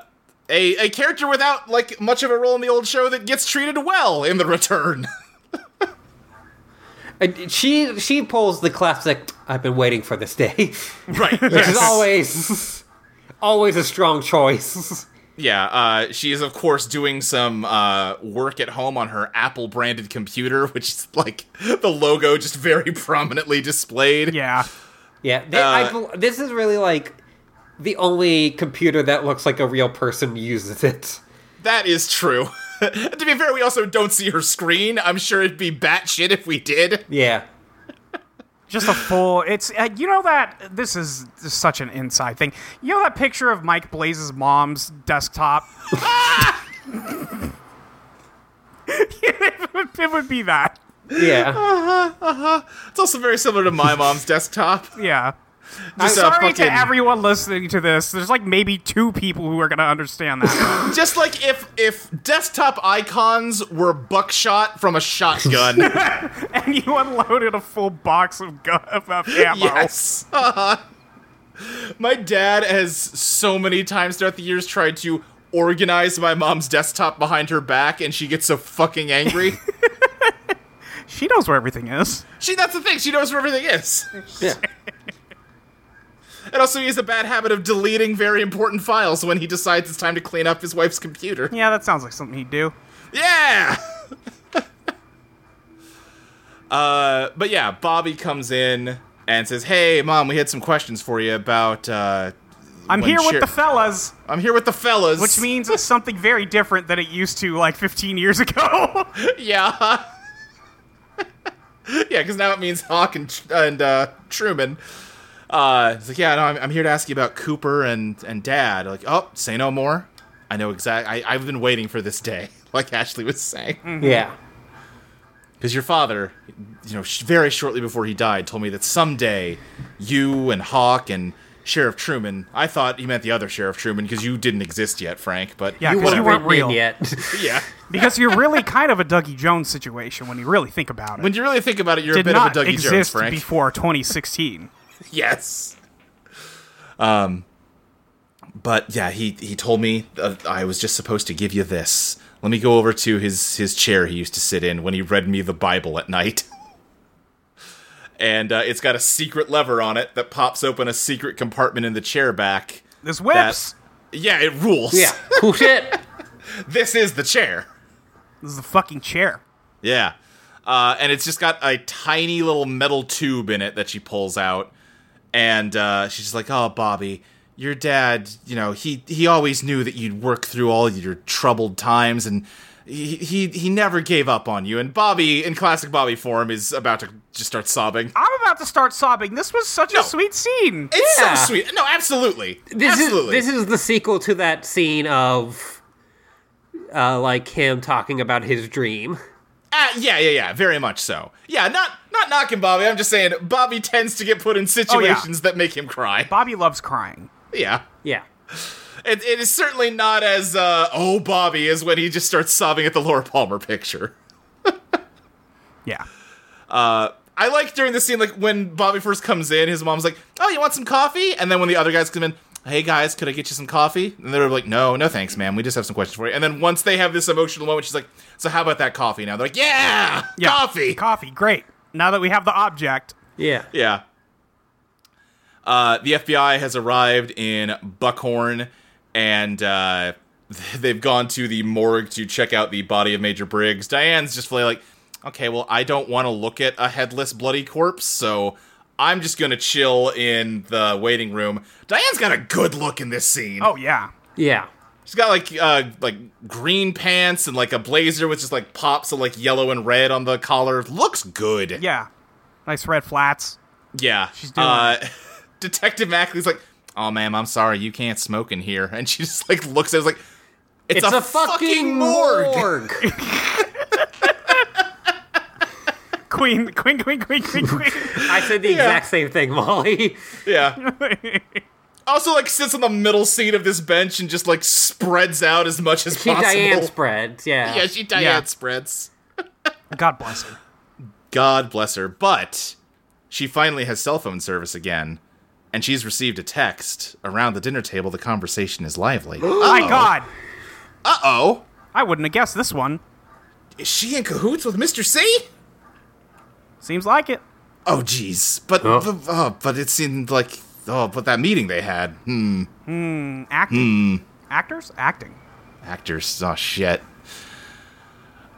C: a character without like much of a role in the old show that gets treated well in the return. [LAUGHS]
A: And she she pulls the classic. I've been waiting for this day, [LAUGHS]
C: right.
A: which
C: yes.
A: is always [LAUGHS] always a strong choice. [LAUGHS]
C: Yeah, uh, she is of course doing some uh, work at home on her Apple branded computer, [LAUGHS] which is like the logo just very prominently displayed.
B: Yeah.
A: Yeah, they,
C: Uh,
A: I bel this is really like the only computer that looks like a real person uses it.
C: That is true. [LAUGHS] to be fair, we also don't see her screen. I'm sure it'd be batshit if we did.
A: Yeah,
B: Just a full. It's uh, you know that this is just such an inside thing. You know that picture of Mike Blaze's mom's desktop. [LAUGHS] it, would, it would be that.
C: Ah,
A: yeah.
C: It's also very similar to my mom's desktop.
B: Yeah.
C: Just a
B: Sorry
C: fucking-
B: to everyone listening to this. There's like maybe two people who are gonna understand that. [LAUGHS]
C: Just like if if desktop icons were buckshot from a shotgun.
B: and you unloaded a full box of, gu- of, of ammo.
C: yes. Uh-huh. [LAUGHS] my dad has so many times throughout the years tried to organize my mom's desktop behind her back, and she gets so fucking
B: [LAUGHS]
C: angry.
B: She knows where everything is.
C: she that's the thing. She knows where everything is.
A: yeah.
C: And also, he has a bad habit of deleting very important files when he decides it's time to clean up his wife's computer.
B: Yeah, that sounds like something he'd do.
C: Yeah. [LAUGHS] uh, but yeah, Bobby comes in and says, "Hey, mom, we had some questions for you about." Uh,
B: I'm
C: when
B: here
C: Sher-
B: with the fellas,
C: I'm here with the fellas,
B: which means it's something very different than it used to like 15 years ago. [LAUGHS]
C: yeah, [LAUGHS] yeah, because now it means Hawk and and uh, Truman. Uh, it's like, yeah, no, I'm, I'm here to ask you about Cooper and and Dad. Like, oh, say no more. I know exactly. I've been waiting for this day, [LAUGHS] like Ashley was saying.
B: Hmm.
A: Yeah.
C: Because your father, you know, sh- very shortly before he died, told me that someday you and Hawk and Sheriff Truman, I thought he meant the other Sheriff Truman because you didn't exist yet, Frank, but
B: Yeah, 'cause
A: Wasn't
B: you weren't
A: written in
B: real.
C: [LAUGHS]
A: yet.
C: yeah.
B: because you're really kind of a Dougie Jones situation when you really think about it.
C: When you really think about it, you're a
B: Did
C: bit
B: not
C: of a Dougie Jones,
B: exist
C: Frank.
B: before 2016.
C: yes. Um, but yeah, he he told me uh, I was just supposed to give you this. Let me go over to his his chair he used to sit in when he read me the Bible at night. [LAUGHS] and uh, it's got a secret lever on it that pops open a secret compartment in the chair back.
B: This
C: that-
B: whips.
C: yeah, it
A: [LAUGHS]
C: rules.
A: yeah. Cool shit.
C: this is the chair.
B: This is the fucking chair.
C: Yeah. Uh, and it's just got a tiny little metal tube in it that she pulls out. And uh, she's just like, oh, Bobby, your dad, you know, he, he always knew that you'd work through all your troubled times and he, he, he never gave up on you. And Bobby, in classic Bobby form, is about to just start sobbing.
B: I'm about to start sobbing. This was such
C: No.
B: a sweet scene.
C: It's
A: Yeah.
C: so sweet. No, absolutely.
A: This
C: absolutely.
A: is this is the sequel to that scene of uh, like him talking about his dream.
C: Uh, yeah, yeah, yeah, very much so. Yeah, not not knocking Bobby. I'm just saying Bobby tends to get
A: Oh,
C: put in
B: yeah.
C: situations that make him cry.
B: Bobby loves crying.
C: Yeah.
A: Yeah.
C: It, it is certainly not as uh, oh Bobby is when he just starts sobbing at the Laura Palmer picture. Uh,
B: Yeah.
C: I like during the scene like when Bobby first comes in, his mom's like, "Oh, you want some coffee?" And then when the other guys come in, "Hey guys, could I get you some coffee?" And they're like, "No, no thanks, ma'am. We just have some questions for you." And then once they have this emotional moment, she's like, "So how about that coffee now?" They're like, "Yeah,
B: yeah.
C: coffee."
B: Coffee. Great. Now that we have the object,
A: Yeah.
C: Yeah. Uh, the FBI has arrived in Buckhorn, and uh, [LAUGHS] they've gone to the morgue to check out the body of Major Briggs. Diane's just like, okay, well, I don't want to look at a headless, bloody corpse, so I'm just gonna chill in the waiting room. Diane's got a good look in this scene.
B: oh yeah.
A: Yeah.
C: she's got like uh, like green pants and like a blazer with just like pops of like yellow and red on the collar. Looks good.
B: Yeah. Nice red flats.
C: Yeah. She's
B: doing
C: uh, [LAUGHS] Detective Ackley's like, oh, ma'am, I'm sorry, you can't smoke in here. And she just, like, looks at us like, it's, a, fucking, morgue.
A: [LAUGHS] morgue.
B: Queen,
C: [LAUGHS]
B: queen, queen, queen, queen, queen.
A: [LAUGHS] I said the exact same thing, Molly.
C: Yeah. [LAUGHS] also like sits on the middle seat of this bench and just like spreads out as much as
A: She
C: possible.
A: Diane spreads, yeah.
C: [LAUGHS] yeah, she Diane
B: Yeah.
C: spreads.
B: God bless her.
C: God bless her. But she finally has cell phone service again, and she's received a text. Around the dinner table, the conversation is lively.
B: Oh my God,
C: Uh oh.
B: I wouldn't have guessed this one.
C: Is she in cahoots with Mr. C?
B: Seems like it.
C: Oh, jeez. But,
A: Oh.
C: but, oh, but it seemed like. Oh, but that meeting they had. Hmm.
B: Acting, actors, acting.
C: Actors. Oh, shit.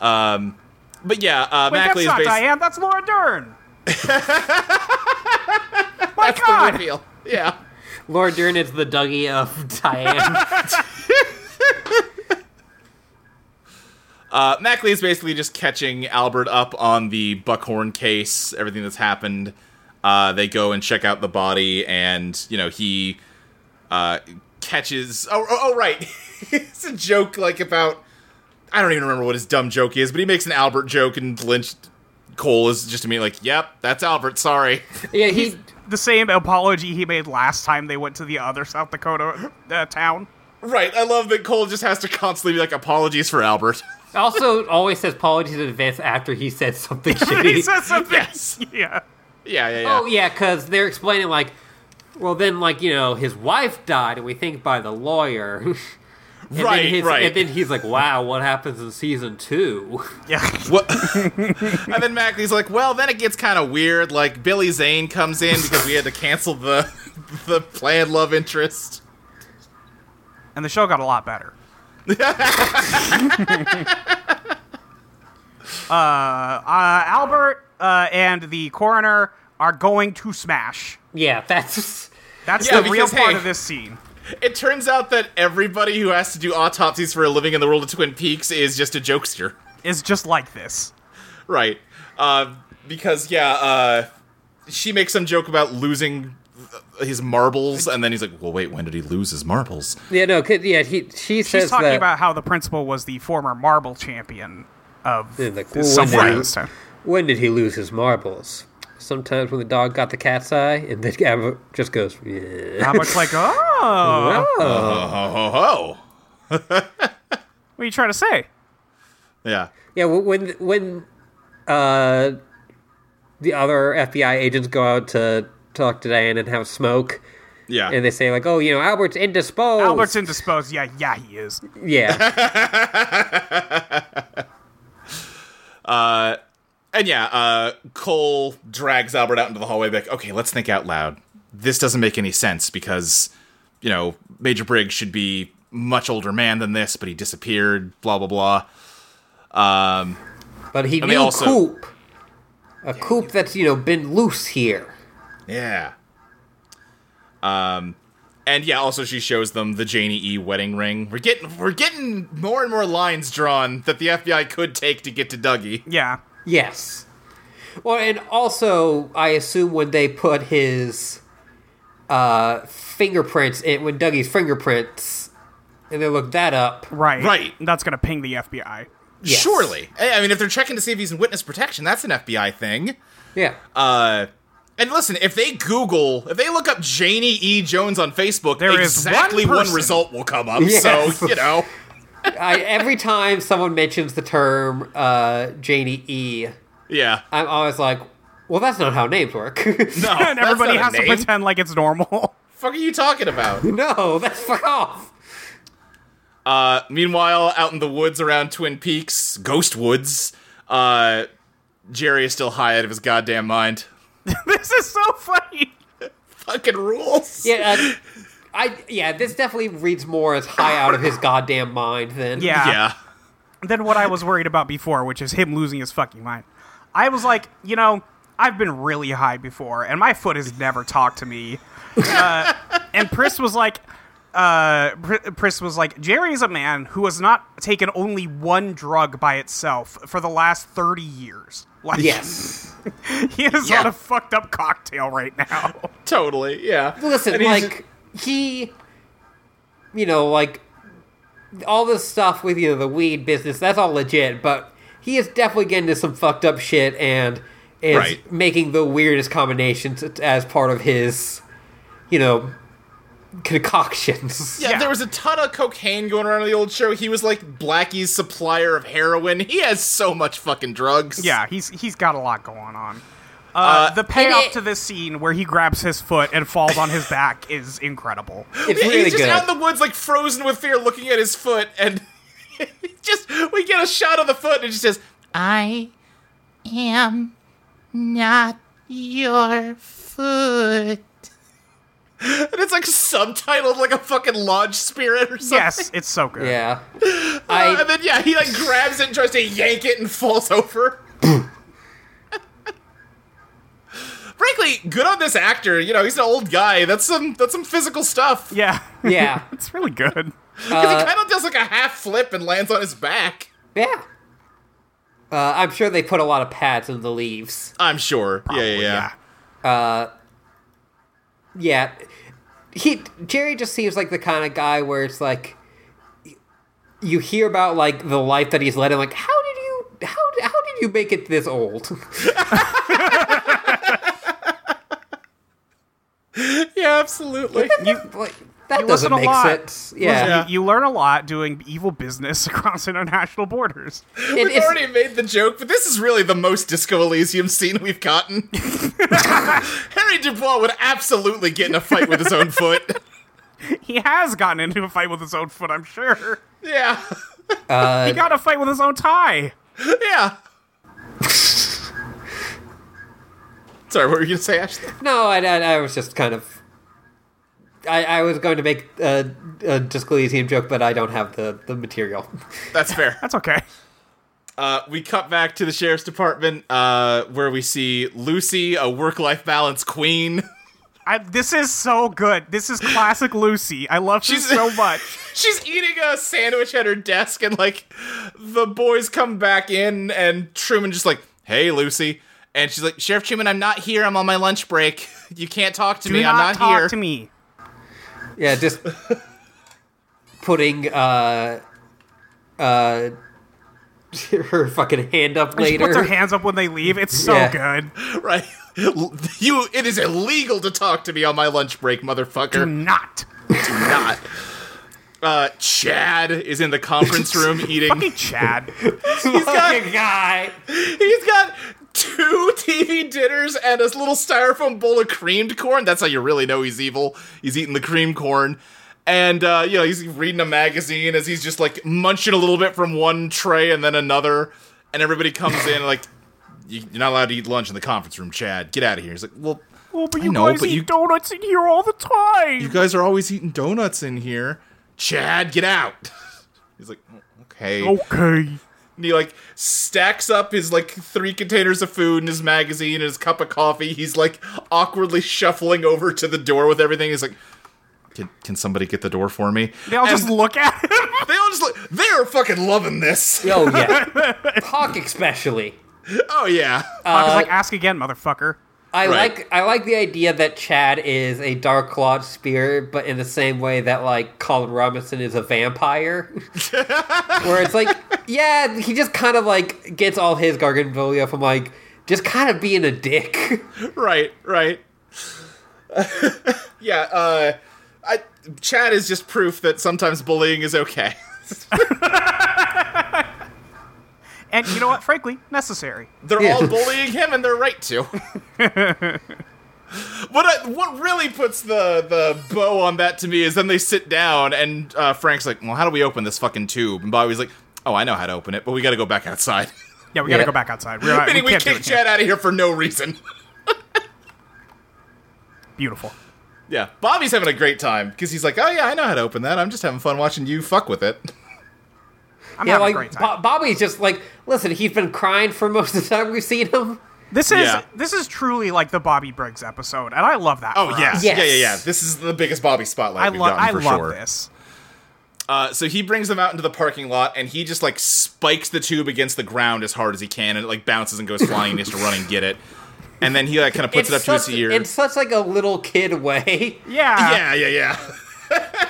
C: Um. But yeah, uh,
B: Wait, that's
C: Mackley
B: not
C: is based.
B: Diane. That's Laura Dern. my God.
C: [LAUGHS] Yeah.
A: Laura Dern is the Dougie of [LAUGHS]
C: [LAUGHS]
A: Diane.
C: Uh, Mackley is basically just catching Albert up on the Buckhorn case, everything that's happened. Uh, they go and check out the body, and you know he uh, catches. Oh, oh, oh, right, [LAUGHS] it's a joke like about. I don't even remember what his dumb joke is, but he makes an Albert joke, and Lynch Cole is just to me like, "Yep, that's Albert. Sorry." [LAUGHS]
A: yeah, he.
B: The same apology he made last time they went to the other South Dakota uh, town.
C: right. I love that Cole just has to constantly be like, "Apologies for Albert." [LAUGHS]
A: Also, always says apologies in advance after he said something
C: [LAUGHS]
B: he
A: [LAUGHS] shitty.
B: says something.
C: Yes.
B: Yeah.
C: yeah, yeah, yeah.
A: oh yeah, because they're explaining like, well, then like you know his wife died, and we think by the lawyer. [LAUGHS] And then
C: Right,
A: his-
C: right.
A: And then he's like, "Wow, what happens in season two?
B: Yeah.
C: What? and then Mackley's like, well, then it gets kind of weird. Like Billy Zane comes in because we had to cancel the [LAUGHS] the planned love interest.
B: And the show got a lot better. uh, uh, Albert uh, and the coroner are going to smash.
A: yeah, that's
B: That's
C: Yeah,
B: the real
C: because,
B: part
C: hey-
B: of this scene.
C: It turns out that everybody who has to do autopsies for a living in the world of Twin Peaks is just a jokester, [LAUGHS]
B: Is just like this.
C: right? Uh, because yeah, uh, she makes some joke about losing his marbles, and then he's like, well, wait, when did he lose his marbles? [LAUGHS]
A: yeah no 'cause- yeah he she
B: She's
A: says
B: talking
A: that
B: about how the principal was the former marble champion of
A: Yeah, like,
B: the-
A: well,
B: somewhere
A: when
B: in
A: did-
B: this town.
A: when did he lose his marbles? Sometimes when the dog got the cat's eye, and then Gabba just goes, yeah.
B: How much like,
A: [LAUGHS]
B: oh,
A: Oh.
C: Oh ho ho!
B: what are you trying to say?
C: Yeah.
A: Yeah, wh- when when uh, the other FBI agents go out to talk to Diane and have smoke,
C: Yeah.
A: and they say like, "Oh, you know, Albert's indisposed."
B: Albert's indisposed. Yeah, yeah, he is.
A: yeah,
C: And yeah, uh, Cole drags Albert out into the hallway, like, okay, let's think out loud. This doesn't make any sense because, you know, Major Briggs should be much older man than this, but he disappeared, blah, blah, blah. Um,
A: but he
C: And they
A: knew
C: also-
A: coop, a coop that's you know been loose here.
C: yeah. Um, and yeah, also she shows them the Janie E wedding ring. We're getting we're getting more and more lines drawn that the FBI could take to get to Dougie.
B: Yeah.
A: Yes. Well, and also, I assume when they put his uh, fingerprints in, when Dougie's fingerprints, and they look that up,
B: Right.
C: Right.
B: That's going to ping the FBI.
A: Yes.
C: Surely. I I mean, if they're checking to see if he's in witness protection, that's an FBI thing.
A: yeah,
C: Uh, and listen, if they Google, if they look up Janie E. Jones on Facebook,
B: There is
C: exactly
B: one
C: one,
B: person.
C: result will come up.
A: Yes.
C: So [LAUGHS] you know,
A: I, every time someone mentions the term uh, Janie E,
B: [LAUGHS]
C: yeah.
A: I'm always like, well, that's not how names work. [LAUGHS]
C: No,
B: and everybody has
C: Oh, that's not a
B: to
C: name.
B: pretend like it's normal. [LAUGHS]
C: Fuck are you talking about?
A: no, that's fuck off.
C: Uh, meanwhile, out in the woods around Twin Peaks, Ghost Woods, uh, Jerry is still high out of his goddamn mind.
B: this is so funny.
C: Fucking rules.
A: Yeah, uh, I yeah, this definitely reads more as high out of his goddamn mind than
B: Yeah.
C: Yeah.
B: Than what I was worried about before, which is him losing his fucking mind. I was like, you know, I've been really high before, and my foot has never talked to me. Uh, and Pris was like, uh, Pr- Pris was like, Jerry is a man who has not taken only one drug by itself for the last thirty years. Like,
A: yes.
B: [LAUGHS] he is
C: Yeah.
B: on a fucked up cocktail right now.
C: Totally. Yeah.
A: Listen,
C: And he's-
A: like he, you know, like all this stuff with you know the weed business. That's all legit, but he is definitely getting into some fucked up shit and is
C: Right.
A: making the weirdest combinations as part of his, you know, concoctions.
C: Yeah,
B: Yeah.
C: there was a ton of cocaine going around on the old show. He was like Blackie's supplier of heroin. He has so much fucking drugs.
B: Yeah, he's he's got a lot going on. Uh, the
C: and
B: payoff
C: it-
B: to this scene where he grabs his foot and falls on his back is incredible.
A: It's
C: Yeah,
A: really
C: he's just
A: good.
C: out in the woods, like frozen with fear, looking at his foot, and [LAUGHS] just we get a shot of the foot, and it just says,
D: I am not your food.
C: and it's like subtitled like a fucking lodge spirit or something.
B: Yes, it's so good.
C: [LAUGHS]
A: yeah.
C: Uh, and
A: I
C: then yeah, he like grabs it and tries to yank it and falls over. [LAUGHS] Frankly, good on this actor. You know, he's an old guy. That's some that's some physical stuff.
B: Yeah.
A: yeah.
B: [LAUGHS] it's really good.
A: Uh,
C: Because he kind of does like a half flip and lands on his back.
A: Yeah. Uh, I'm sure they put a lot of pads in the leaves.
C: I'm sure. yeah, yeah, yeah.
A: Yeah. He Jerry just seems like the kind of guy where it's like you hear about like the life that he's led and like how did you how how did you make it this old? [LAUGHS]
C: Yeah, absolutely.
B: You,
A: like that doesn't
B: You listen a
A: make
B: lot.
A: sense. Yeah.
B: you, you learn a lot doing evil business [LAUGHS] across international borders.
A: It-
C: We've
A: it's-
C: already made the joke, but this is really the most Disco Elysium scene we've [LAUGHS] gotten. Harry Dubois would absolutely get in a fight with his own foot.
B: He has gotten into a fight with his own foot, I'm sure.
C: Yeah,
B: he got in a fight with his own tie.
C: yeah. Sorry, what were you gonna say, Ashley?
A: No, I, I, I was just kind of. I, I was going to make a, a Disco Elysium joke, but I don't have the, the material. [LAUGHS]
C: That's fair.
B: That's okay.
C: Uh, we cut back to the sheriff's department, uh, where we see Lucy, a work-life balance queen.
B: I, this is so good. This is classic Lucy. I love her
C: She's- [LAUGHS]
B: so much.
C: She's eating a sandwich at her desk, and like the boys come back in, and Truman just like, "Hey, Lucy," and she's like, "Sheriff Truman, I'm not here. I'm on my lunch break. [LAUGHS] You can't talk to
B: Do
C: me.
B: not,
C: I'm not
B: talk
C: here."
B: to me.
A: yeah, just putting uh, uh, [LAUGHS] her fucking hand up
B: She puts her
A: later.
B: hands up when they leave. It's so
A: Yeah.
B: good.
C: [LAUGHS] Right? [LAUGHS] You. It is illegal to talk to me on my lunch break,
B: Do
C: motherfucker.
B: not.
C: Do not. [LAUGHS] Uh, Chad is in the
B: [LAUGHS]
C: conference room eating. [LAUGHS]
B: Fucking Chad.
A: Fucking guy.
C: He's got two TV dinners and a little styrofoam bowl of creamed corn. That's how you really know he's evil. He's eating the cream corn. And, uh, you know, he's reading a magazine as he's just like munching a little bit from one tray and then another. And everybody comes in like, "You- you're not allowed to eat lunch in the conference room, Chad. Get out of here. He's like, well,
B: Oh, but
C: I
B: you
C: know,
B: guys
C: but
B: eat
C: you-
B: donuts in here all the time.
C: you guys are always eating donuts in here. Chad, get out. [LAUGHS] He's like, okay.
B: Oh, okay.
C: And he like stacks up his like three containers of food and his magazine and his cup of coffee. He's like awkwardly shuffling over to the door with everything. He's like, "Can can somebody get the door for me?"
B: They all
C: And uh,
B: just look at him. [LAUGHS]
C: they all just like they are fucking loving this. [LAUGHS]
A: Oh,
B: [LAUGHS]
A: yeah. Hawk, especially.
C: Oh yeah,
B: Fox is like, ask again, motherfucker.
A: I
C: Right.
A: like I like the idea that Chad is a dark lodge spirit, but in the same way that like Colin Robinson is a vampire, where it's like, yeah, he just kind of like gets all his gargantulia from like just kind of being a dick. [LAUGHS]
C: right, right. [LAUGHS] yeah, uh, I, Chad is just proof that sometimes bullying is okay. [LAUGHS]
B: And you know what? Frankly, necessary.
C: They're
A: Yeah.
C: all bullying him, and they're
B: [LAUGHS]
C: right to. what I, what really puts the the bow on that to me is then they sit down, and uh, Frank's like, "Well, how do we open this fucking tube?" And Bobby's like, "Oh, I know how to open it, but we got to go
B: [LAUGHS]
C: back outside."
B: Yeah, we gotta
A: Yeah.
B: go back outside. We're not, we
C: Meaning we,
B: can't do
C: [LAUGHS] kick
B: it. here.
C: Chad out of here for no reason.
B: Beautiful.
C: yeah, Bobby's having a great time because he's like, "Oh yeah, I know how to open that. I'm just having fun watching you fuck with it."
B: I'm
A: yeah,
B: having
A: like
B: a great time.
A: Bo- Bobby's just like, listen, he's been crying for most of the time we've seen him.
B: This is
C: Yeah.
B: this is truly like the Bobby Briggs episode, and I love that.
C: Oh
B: for
C: yeah,
B: us.
A: Yes.
C: yeah, yeah, yeah. This is the biggest Bobby spotlight
B: I
C: we've
B: love
C: gotten
B: I
C: for
B: love
C: sure.
B: this.
C: Uh, so he brings them out into the parking lot, and he just like spikes the tube against the ground as hard as he can, and it like bounces and goes flying. and he has to run and get it, and then he like kind of puts it up to his
A: such,
C: ear.
A: in such like a ah. little kid
B: [LAUGHS]
A: way.
B: Yeah,
C: yeah, yeah, yeah. [LAUGHS]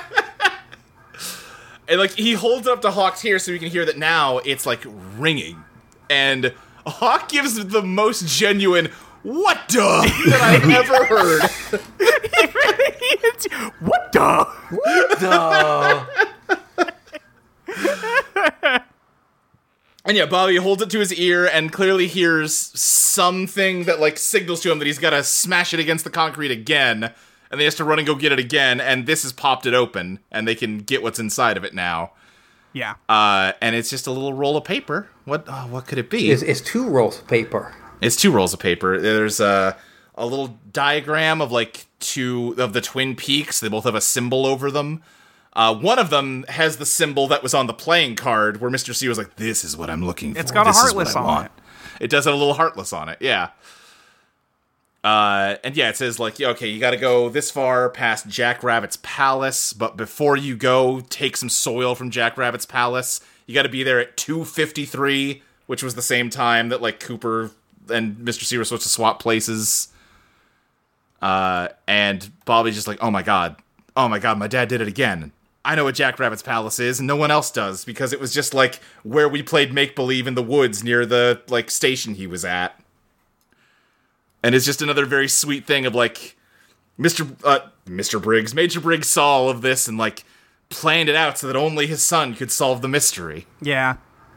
C: and like he holds it up to Hawk's ear so we can hear that now it's like ringing, and Hawk gives the
A: [LAUGHS]
C: most genuine "What the" that I've ever heard.
B: He really It's- what the?
A: Duh.
C: And yeah, Bobby holds it to his ear and clearly hears something that like signals to him that he's got to smash it against the concrete again. And then he has to run and go get it again. And this has popped it open, and they can get what's inside of it now.
B: Yeah.
C: Uh, and it's just a little roll of paper. What? Oh, what could it be?
A: it's, it's two rolls of paper.
C: It's two rolls of paper. There's a a little diagram of like two of the twin peaks. They both have a symbol over them. Uh, one of them has the symbol that was on the playing card, where Mr. C was like, "This is what I'm looking for.
B: It's got a
C: This is
B: heartless
C: what I
B: on
C: want." It does have a little heartless on it. Yeah. Uh, and yeah, it says like, yeah, okay, you got to go this far past Jack Rabbit's palace, but before you go, take some soil from Jack Rabbit's palace. You got to be there at two fifty three, which was the same time that like Cooper and Mister C were supposed to swap places. Uh, and Bobby's just like, oh my god, oh my god, my dad did it again. I know what Jack Rabbit's palace is, and no one else does because it was just like where we played make believe in the woods near the like station he was at and it's just another very sweet thing of like Mr. Uh, Mr. Briggs, Major Briggs saw all of this and like planned it out so that only his son could solve the mystery.
B: Yeah.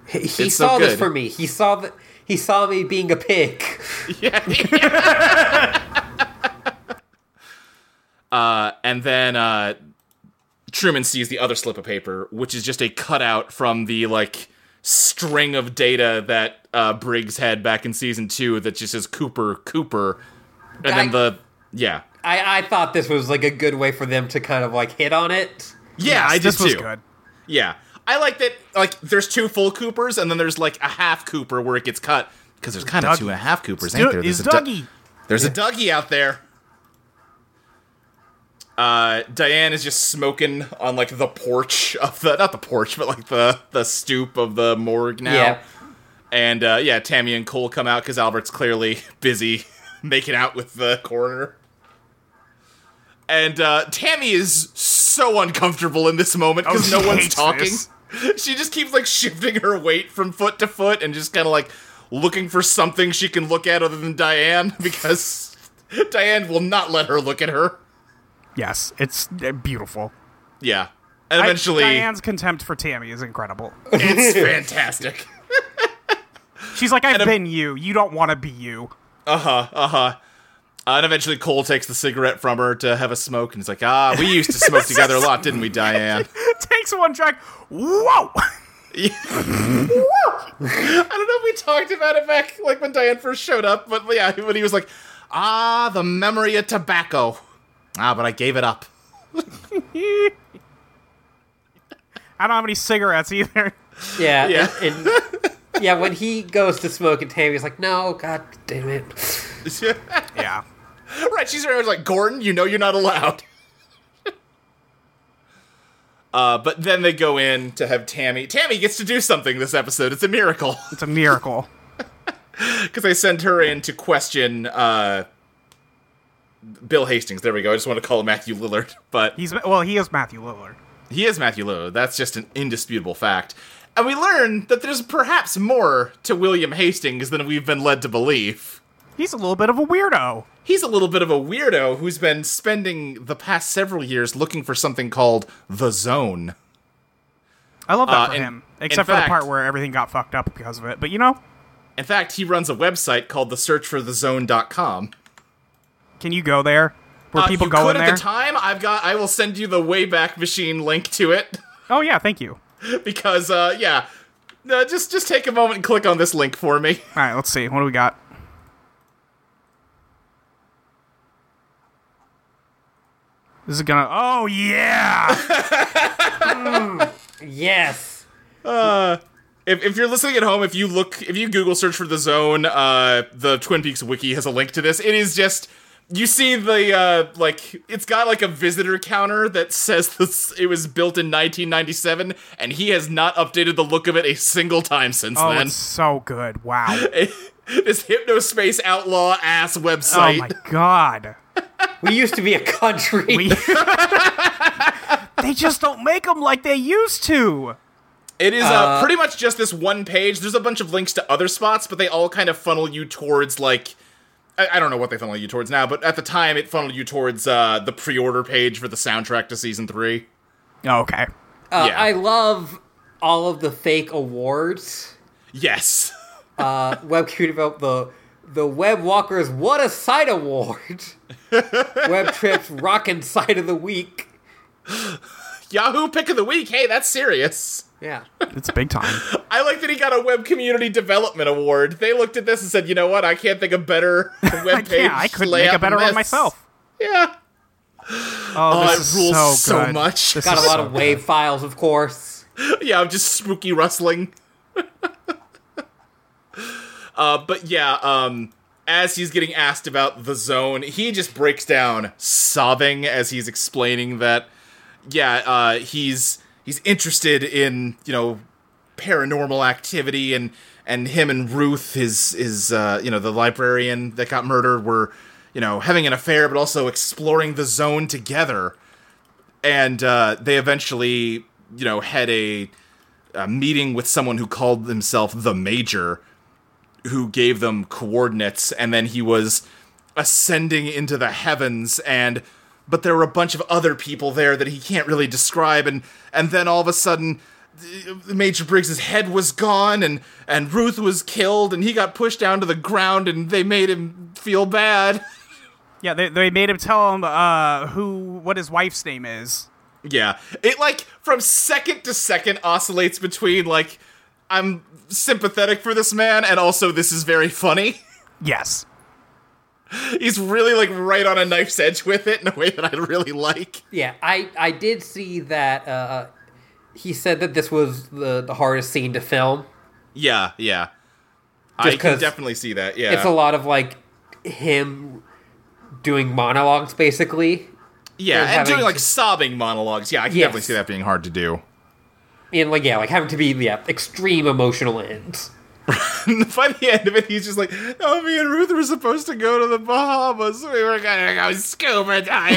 A: He, he
C: It's so
A: saw this
C: good.
A: for me. He saw that. He saw me being a pig.
C: Uh, and then uh, Truman sees the other slip of paper, which is just a cutout from the like string of data that uh, Briggs had back in season two that just says Cooper, Cooper, and then
A: I-
C: the yeah,
A: I, I thought this was like a good way for them to kind of like hit on it.
C: yeah, I did
B: this was
C: too.
B: good.
C: Yeah. I like that, like, there's two full Coopers, and then there's, like, a half Cooper where it gets cut. Because there's kind of
B: Dougie.
C: two and a half Coopers, ain't
B: Dude,
C: there? There's
B: is
C: a, Doug-
B: Dougie?
C: there's a Dougie out there. Uh, Diane is just smoking on, like, the porch of the, not the porch, but, like, the, the stoop of the morgue now.
A: Yeah.
C: And, uh, yeah, Tammy and Cole come out because Albert's clearly [LAUGHS] busy making out with the coroner. And, uh, Tammy is so uncomfortable in this moment
B: Oh,
C: because
B: she
C: no one's
B: hates
C: talking
B: this.
C: [LAUGHS] she just keeps like shifting her weight from foot to foot and just kind of like looking for something she can look at other than Diane [LAUGHS] because Diane will not let her look at her.
B: Yes, it's uh, beautiful.
C: Yeah. And
B: I-
C: eventually,
B: Diane's contempt for Tammy is incredible.
C: [LAUGHS] it's fantastic.
B: She's like, I've been you. You don't want to be you.
C: Uh, Uh-huh, and eventually, Cole takes the cigarette from her to have a smoke, and he's like, "Ah, we used to smoke together a lot, didn't we, Diane?"
B: Takes one track. Whoa!
C: [LAUGHS]
B: [LAUGHS]
C: I don't know if we talked about it back, like when Diane first showed up, but yeah, when he was like, "Ah, the memory of tobacco." Ah, but I gave it up.
B: I don't have any cigarettes
C: [LAUGHS]
B: either.
A: Yeah.
C: Yeah.
A: And,
B: [LAUGHS]
A: and- yeah, when he goes to smoke and Tammy's like, no, god damn it.
B: Yeah.
C: [LAUGHS] Right, she's always like, Gordon, you know you're not allowed. [LAUGHS] uh, but then they go in to have Tammy. Tammy gets to do something this episode. It's a miracle.
B: It's a miracle.
C: Because they send her in to question uh, Bill Hastings. There we go. I just want to call him Matthew Lillard. [LAUGHS] But
B: He's well, he is Matthew Lillard.
C: he is Matthew Lillard. That's just an indisputable fact. And we learn that there's perhaps more to William Hastings than we've been led to believe.
B: He's a little bit of a weirdo.
C: he's a little bit of a weirdo who's been spending the past several years looking for something called the zone.
B: I love that
C: Uh,
B: for
C: in-
B: him,
C: in
B: except for
C: fact-
B: the part where everything got fucked up because of it. But you know,
C: In fact, he runs a website called the searchforthezone.com.
B: can you go there? Were
C: Uh,
B: people
C: you
B: going
C: could
B: there?
C: at the time. I've got I will send you the Wayback Machine link to it [LAUGHS]
B: oh yeah, thank you.
C: because uh yeah. Uh, just just take a moment and click on this link for me.
B: All
C: [LAUGHS]
B: right, let's see. What do we got? This is gonna. Oh yeah!
A: Yes.
C: If, if you're listening at home, if you look, if you Google search for the zone, uh, the Twin Peaks wiki has a link to this. It is just you see the uh, like it's got like a visitor counter that says [LAUGHS] this it was built in 1997, and he has not updated the look of it a single time since
B: Oh,
C: then.
B: it's so good.
C: [LAUGHS]
B: Wow.
C: this hypnospace outlaw ass
B: Oh
C: website.
B: my god.
A: We used to be a country.
B: We- [LAUGHS] they just don't make them like they used to.
C: It is uh, pretty much just this one page. There's a bunch of links to other spots, but they all kind of funnel you towards like I, I don't know what they funnel you towards now, but at the time it funneled you towards uh, the pre-order page for the soundtrack to season three.
B: Oh, okay.
A: Uh,
C: Yeah.
A: I love all of the fake awards.
C: Yes. [LAUGHS]
A: Uh, WebQ developed the the Web Walkers What a Sight Award. Web Trips Rockin' Sight of the Week.
C: Yahoo pick of the week. Hey, that's serious.
A: Yeah.
B: It's big time.
C: I like that he got a web community development award. They looked at this and said, "You know what? I can't think of better [LAUGHS] web page.
B: yeah, [LAUGHS] I could make
C: layout
B: a
C: than
B: better one
C: this."
B: myself.
C: Yeah.
B: Oh,
C: Oh,
B: this is
C: it rules
B: so,
C: so
B: good.
C: much.
B: This
A: Got
B: is
A: a lot
B: so
A: of wave files, of course.
C: [LAUGHS] yeah, I'm just spooky rustling. [LAUGHS] uh, but yeah, um, as he's getting asked about the zone, he just breaks down sobbing as he's explaining that yeah, uh, he's he's interested in you know paranormal activity and and him and Ruth, his his uh, you know the librarian that got murdered, were you know having an affair, but also exploring the zone together. And uh, they eventually you know had a, a meeting with someone who called himself the Major, who gave them coordinates, and then he was ascending into the heavens and but there were a bunch of other people there that he can't really describe and and then all of a sudden th- Major Briggs's head was gone and and Ruth was killed and he got pushed down to the ground and they made him feel bad.
B: Yeah, they, they made him tell him uh, who what his wife's name is.
C: Yeah. It like from second to second oscillates between like I'm sympathetic for this man and also this is very funny. [LAUGHS]
B: Yes.
C: He's really like right on a knife's edge with it in a way that I really like.
A: Yeah, I I did see that uh, he said that this was the the hardest scene to film.
C: Yeah, yeah. I
A: Just
C: can
A: 'cause
C: definitely see that. Yeah.
A: It's a lot of like him doing monologues, basically,
C: Yeah,
A: and
C: and doing
A: having
C: like
A: to-
C: sobbing monologues. Yeah, I can
A: Yes.
C: definitely see that being hard to do. [LAUGHS]
A: and like yeah, like having to be yeah extreme emotional ends.
C: By the end of it, he's just like, "Oh, me and Ruth were supposed to go to the Bahamas. We were gonna go scuba
A: Ah,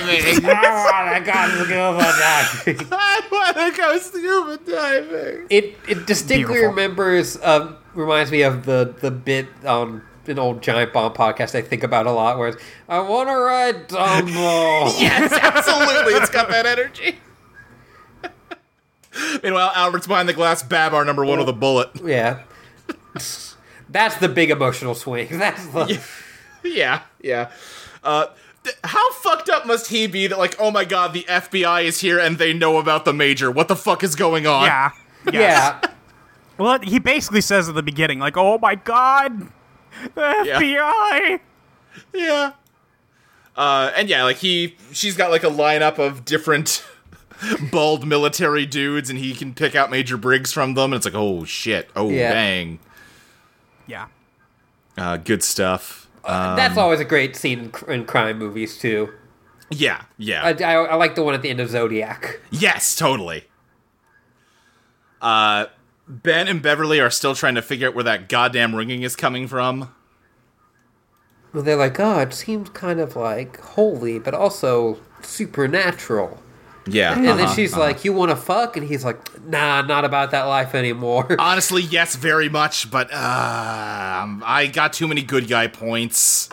A: [LAUGHS]
C: diving. [LAUGHS] I want to go scuba diving."
A: It it distinctly
B: Beautiful.
A: remembers um, reminds me of the the bit on an old Giant Bomb podcast I think about a lot, where it's, I want to ride Dumbo.
C: Yes, [LAUGHS] absolutely. it's got that energy. [LAUGHS] Meanwhile, Albert's behind the glass. Bab, our number one with a bullet.
A: Yeah. That's the big emotional swing. [LAUGHS] That's the
C: Yeah, yeah. Uh, th- how fucked up must he be that like, oh my god, the FBI is here and they know about the major. What the fuck is going on?
B: Yeah. Yes.
A: yeah.
B: Well, he basically says at the beginning, like, "Oh my God, the FBI."
C: Yeah. Uh, and yeah, like he, she's got like a lineup of different [LAUGHS] bald military dudes, and he can pick out Major Briggs from them. And it's like, oh shit, oh
A: Yeah.
C: dang,
B: Yeah.
C: uh, good stuff. Uh,
A: That's always a great scene in, cr- in crime movies too.
C: yeah, yeah.
A: I, I, I like the one at the end of Zodiac.
C: Yes, totally. Uh, Ben and Beverly are still trying to figure out where that goddamn ringing is coming from.
A: Well, they're like, oh, it seems kind of like holy, but also supernatural.
C: Yeah.
A: And then she's like, "You want to fuck?" And he's like, "Nah, not about that life anymore." [LAUGHS]
C: Honestly, yes, very much, but uh, um, I got too many good guy points.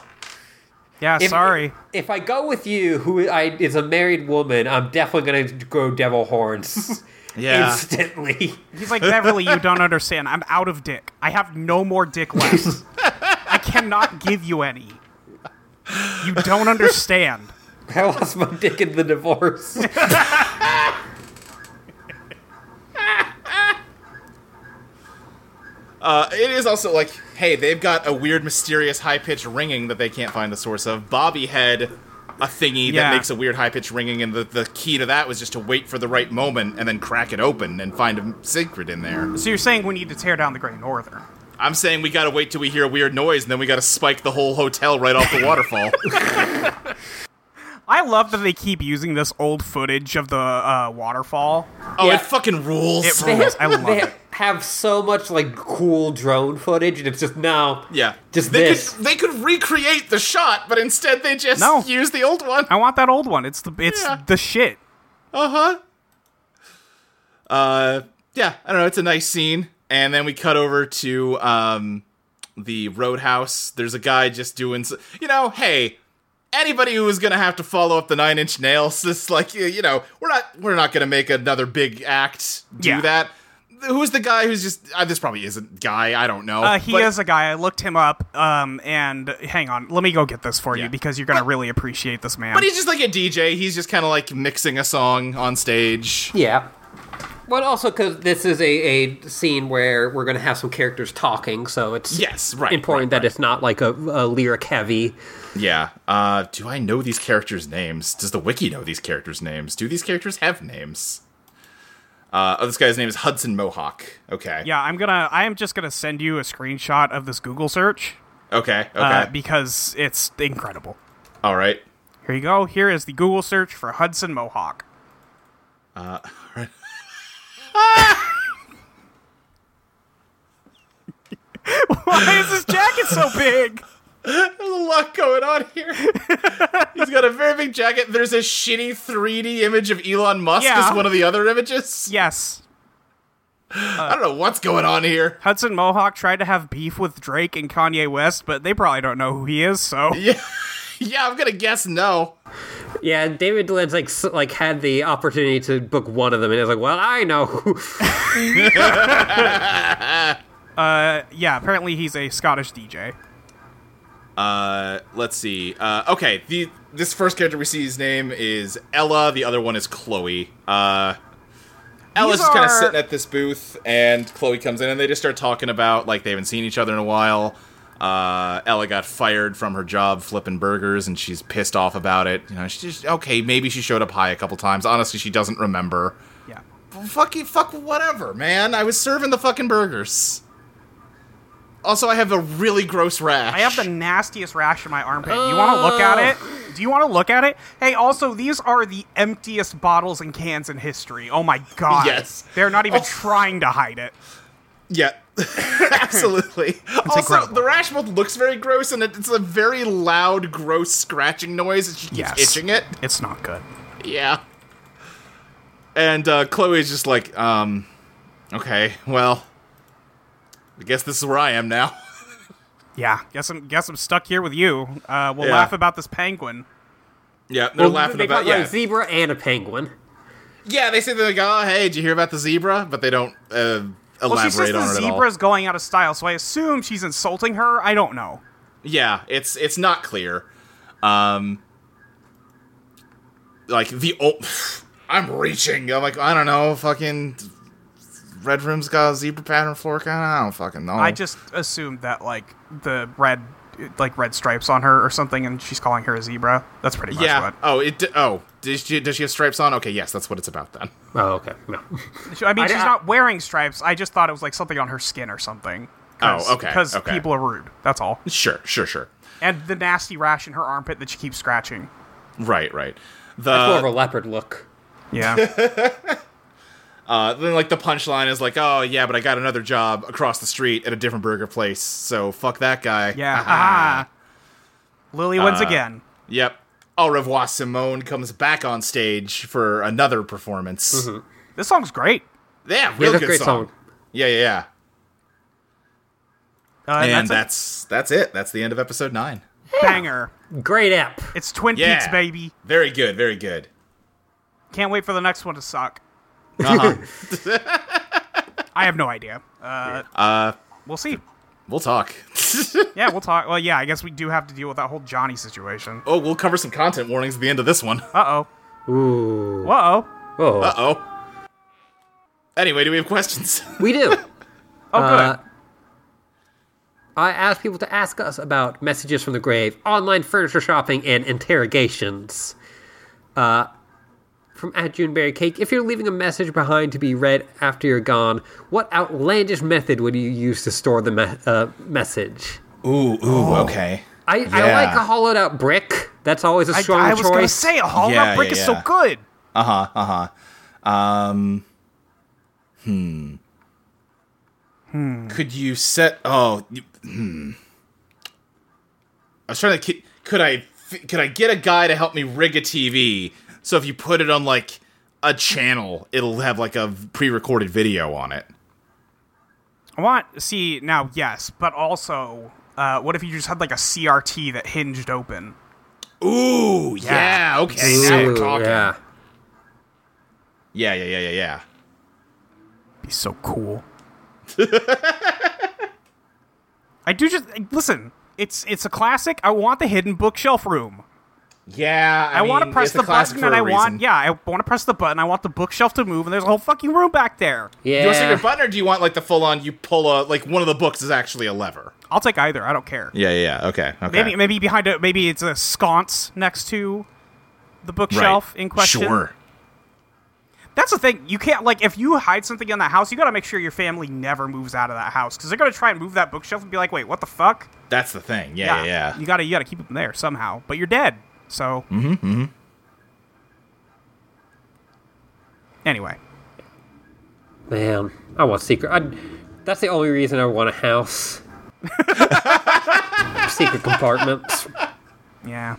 B: Yeah.
A: If-
B: sorry.
A: If I go with you, who I is a married woman, I'm definitely gonna go devil horns.
C: [LAUGHS] Yeah.
A: instantly.
B: He's like, Beverly, you don't understand. I'm out of dick. I have no more dick left. I cannot give you any. You don't understand.
A: I lost my dick in the
C: [LAUGHS]
A: divorce.
C: Uh, it is also like, hey, they've got a weird, mysterious, high pitched ringing that they can't find the source of. Bobby had a thingy
B: Yeah.
C: that makes a weird, high pitched ringing, and the, the key to that was just to wait for the right moment and then crack it open and find a secret in there.
B: So you're saying we need to tear down the Great Northern?
C: I'm saying we gotta wait till we hear a weird noise, and then we gotta spike the whole hotel right off
B: [LAUGHS]
C: the waterfall.
B: I love that they keep using this old footage of the uh, waterfall.
C: oh,
A: Yeah.
C: it fucking rules.
B: It rules. I love
A: they
B: it.
A: have so much like cool drone footage, and it's just now.
C: yeah,
A: just
C: they
A: this.
C: Could, they could recreate the shot, but instead they just
B: No.
C: use the old one.
B: I want that old one. It's the it's
C: Yeah.
B: the shit.
C: Uh-huh. Uh yeah, I don't know, it's a nice scene. And then we cut over to um the Roadhouse. There's a guy just doing, s- you know, hey, anybody who is gonna have to follow up the Nine Inch Nails, this like, y- you know, we're not we're not gonna make another big act do
B: Yeah.
C: that. Who's the guy who's just? Uh, this probably isn't guy. I don't know.
B: Uh, he
C: but-
B: is a guy. I looked him up. Um, and hang on, let me go get this for
C: Yeah.
B: you because you're gonna really appreciate this man.
C: But he's just like a DJ. He's just kind of like mixing a song on stage.
A: Yeah. But also because this is a, a scene where we're going to have some characters talking, so it's
C: Yes, right,
A: important that it's not like a, a lyric heavy.
C: Yeah. Uh, do I know these characters' names? Does the wiki know these characters' names? Do these characters have names? Uh, oh, this guy's name is Hudson Mohawk. Okay.
B: yeah, I'm gonna. I am just gonna send you a screenshot of this Google search
C: Okay. Okay.
B: uh, because it's incredible.
C: All right.
B: Here you go. Here is the Google search for Hudson Mohawk. Uh, [LAUGHS] Why is his jacket so big?
C: There's a lot going on
B: [LAUGHS]
C: here. He's got a very big jacket. There's a shitty 3D image of Elon Musk
B: Yeah.
C: as one of the other images.
B: Yes.
C: I don't know what's going on here.
B: Hudson Mohawk tried to have beef with Drake and Kanye West, but they probably don't know who he is, so.
C: Yeah. yeah, I'm gonna guess no.
A: Yeah, and David Lynch like s- like had the opportunity to book one of them, and he was like, "Well, I know." who-"
B: Yeah, apparently he's a Scottish DJ.
C: Uh, let's see. Uh, okay, the this first character we see, his name is Ella. The other one is Chloe. Uh, Ella's
B: These
C: just kind of
B: are-
C: sitting at this booth, and Chloe comes in, and they just start talking about like they haven't seen each other in a while. Uh, Ella got fired from her job flipping burgers, and she's pissed off about it. You know, she's just okay. Maybe she showed up high a couple times. Honestly, she doesn't remember.
B: Yeah.
C: Fuck you, fuck whatever, man. I was serving the fucking burgers. Also, I have a really gross rash.
B: I have the nastiest rash in my armpit. Do you want to look at it? Do you want to look at it? Hey, also, these are the emptiest bottles and cans in history. Oh my god.
C: Yes.
B: They're not even
C: Oh.
B: trying to hide it.
C: Yeah, [LAUGHS] absolutely. also,
B: incredible.
C: the rash mold looks very gross, and it, it's a very loud, gross scratching noise. And she keeps
B: Yes.
C: itching it.
B: It's not good.
C: Yeah. And uh, Chloe's just like, um, okay, well, I guess this is where I
B: [LAUGHS]
C: am now.
B: Yeah. Guess I'm guess I'm stuck here with you. Uh, we'll
C: Yeah.
B: laugh about this penguin.
C: yeah, they're
A: Well,
C: laughing
A: they
C: about
A: talk about
C: yeah,
A: a zebra and a penguin.
C: yeah. They say they're like, oh, hey, did you hear about the zebra? But they don't uh, elaborate
B: Well, she says the
C: on it at all.
B: zebra's going out of style, so I assume she's insulting her. I don't know.
C: Yeah, it's it's not clear. Um like the old [SIGHS] I'm reaching. I'm like I don't know, fucking Red Room's got a zebra pattern floor kind. I don't fucking know.
B: I just assumed that like the red like red stripes on her or something, and she's calling her a zebra. That's pretty much
C: yeah.
B: what.
C: Oh, it. d- Oh, does she, does she have stripes on? Okay, yes, that's what it's about then. [LAUGHS]
A: Oh, okay. No.
B: She- I mean,
A: I-
B: she's
A: I-
B: not wearing stripes. I just thought it was like something on her skin or something.
C: Oh, okay,
B: Because
C: okay.
B: people are rude. That's all.
C: Sure, sure, sure.
B: And the nasty rash in her armpit that she keeps scratching.
C: Right, right.
A: [LAUGHS] More
C: The
A: of a leopard look.
B: Yeah.
C: uh, then like the punchline is like, oh yeah, but I got another job across the street at a different burger place, so fuck that
B: [LAUGHS]
C: guy. [LAUGHS]
B: yeah.
C: Aha.
B: ah. Lily
C: Uh.
B: wins again.
C: Yep. Au revoir, Simone comes back on stage for another performance.
B: This song's great.
C: Yeah,
A: Mm-hmm.
C: real
A: that's
C: good
A: a great
C: song.
A: song.
C: Yeah, yeah, yeah.
B: Uh, that's
C: and that's, that's it. That's the end of episode nine.
B: a [LAUGHS] banger.
A: Great app.
B: It's Twin
C: Yeah.
B: Peaks, baby.
C: Very good, very good.
B: Can't wait for the next one to suck.
C: [LAUGHS] Uh-huh.
B: [LAUGHS] I have no idea. Uh,
C: uh,
B: we'll see.
C: we'll talk. [LAUGHS]
B: Yeah, we'll talk. Well, yeah, I guess we do have to deal with that whole Johnny situation.
C: oh, we'll cover some content warnings at the end of this one.
B: Uh
A: Ooh.
B: oh. Uh oh.
A: Whoa.
C: Uh oh. Anyway, do we have questions?
A: We do. [LAUGHS]
B: Oh, good.
A: Uh, I asked people to ask us about messages from the grave, online furniture shopping, and interrogations. Uh, from at Juneberry Cake, if you're leaving a message behind to be read after you're gone, what outlandish method would you use to store the me- uh, message?
C: ooh, ooh, okay.
A: I, I
C: Yeah.
A: like a hollowed out brick. That's always a
B: I,
A: strong
B: I was
A: choice.
B: going to say, a hollow
C: Yeah,
B: brick
C: yeah,
B: is
C: yeah.
B: so good.
C: Uh-huh, uh-huh. Um Hmm. Hmm. Could you set Oh, you, hmm. I was trying to ki- could I fi- could I get a guy to help me rig a TV so if you put it on like a channel, it'll have like a v- pre-recorded video on it.
B: I want see now, yes, but also, uh, what if you just had like a CRT that hinged open?
C: Ooh, yeah. Okay, now we're
A: Ooh,
C: talking.
A: yeah.
C: yeah, yeah, yeah, yeah, yeah.
B: Be so cool. [LAUGHS] I do just listen. It's it's a classic. I want the hidden bookshelf room.
C: Yeah,
B: I, want to
C: mean,
B: press
C: it's a
B: the
C: classic
B: button,
C: for
B: and
C: a
B: I want
C: reason.
B: yeah, I want to press the button. I want the bookshelf to move, and there's a whole fucking room back there.
A: Yeah.
C: Do you want a secret button, or do you want like the full on? You pull a like one of the books is actually a lever.
B: I'll take either. I don't care.
C: Yeah, yeah, yeah. Okay, okay.
B: Maybe maybe behind it. Maybe it's a sconce next to the bookshelf in question.
C: Sure.
B: That's the thing. You can't like if you hide something in that house, you got to make sure your family never moves out of that house because they're gonna try and move that bookshelf and be like, wait, what the fuck?
C: That's the thing. Yeah, yeah, yeah.
B: You gotta you gotta keep them there somehow. But you're dead, so. Mm-hmm. Anyway,
A: Man, I want secret. I, that's the only reason I want a
C: [LAUGHS]
A: house. secret compartments.
B: yeah.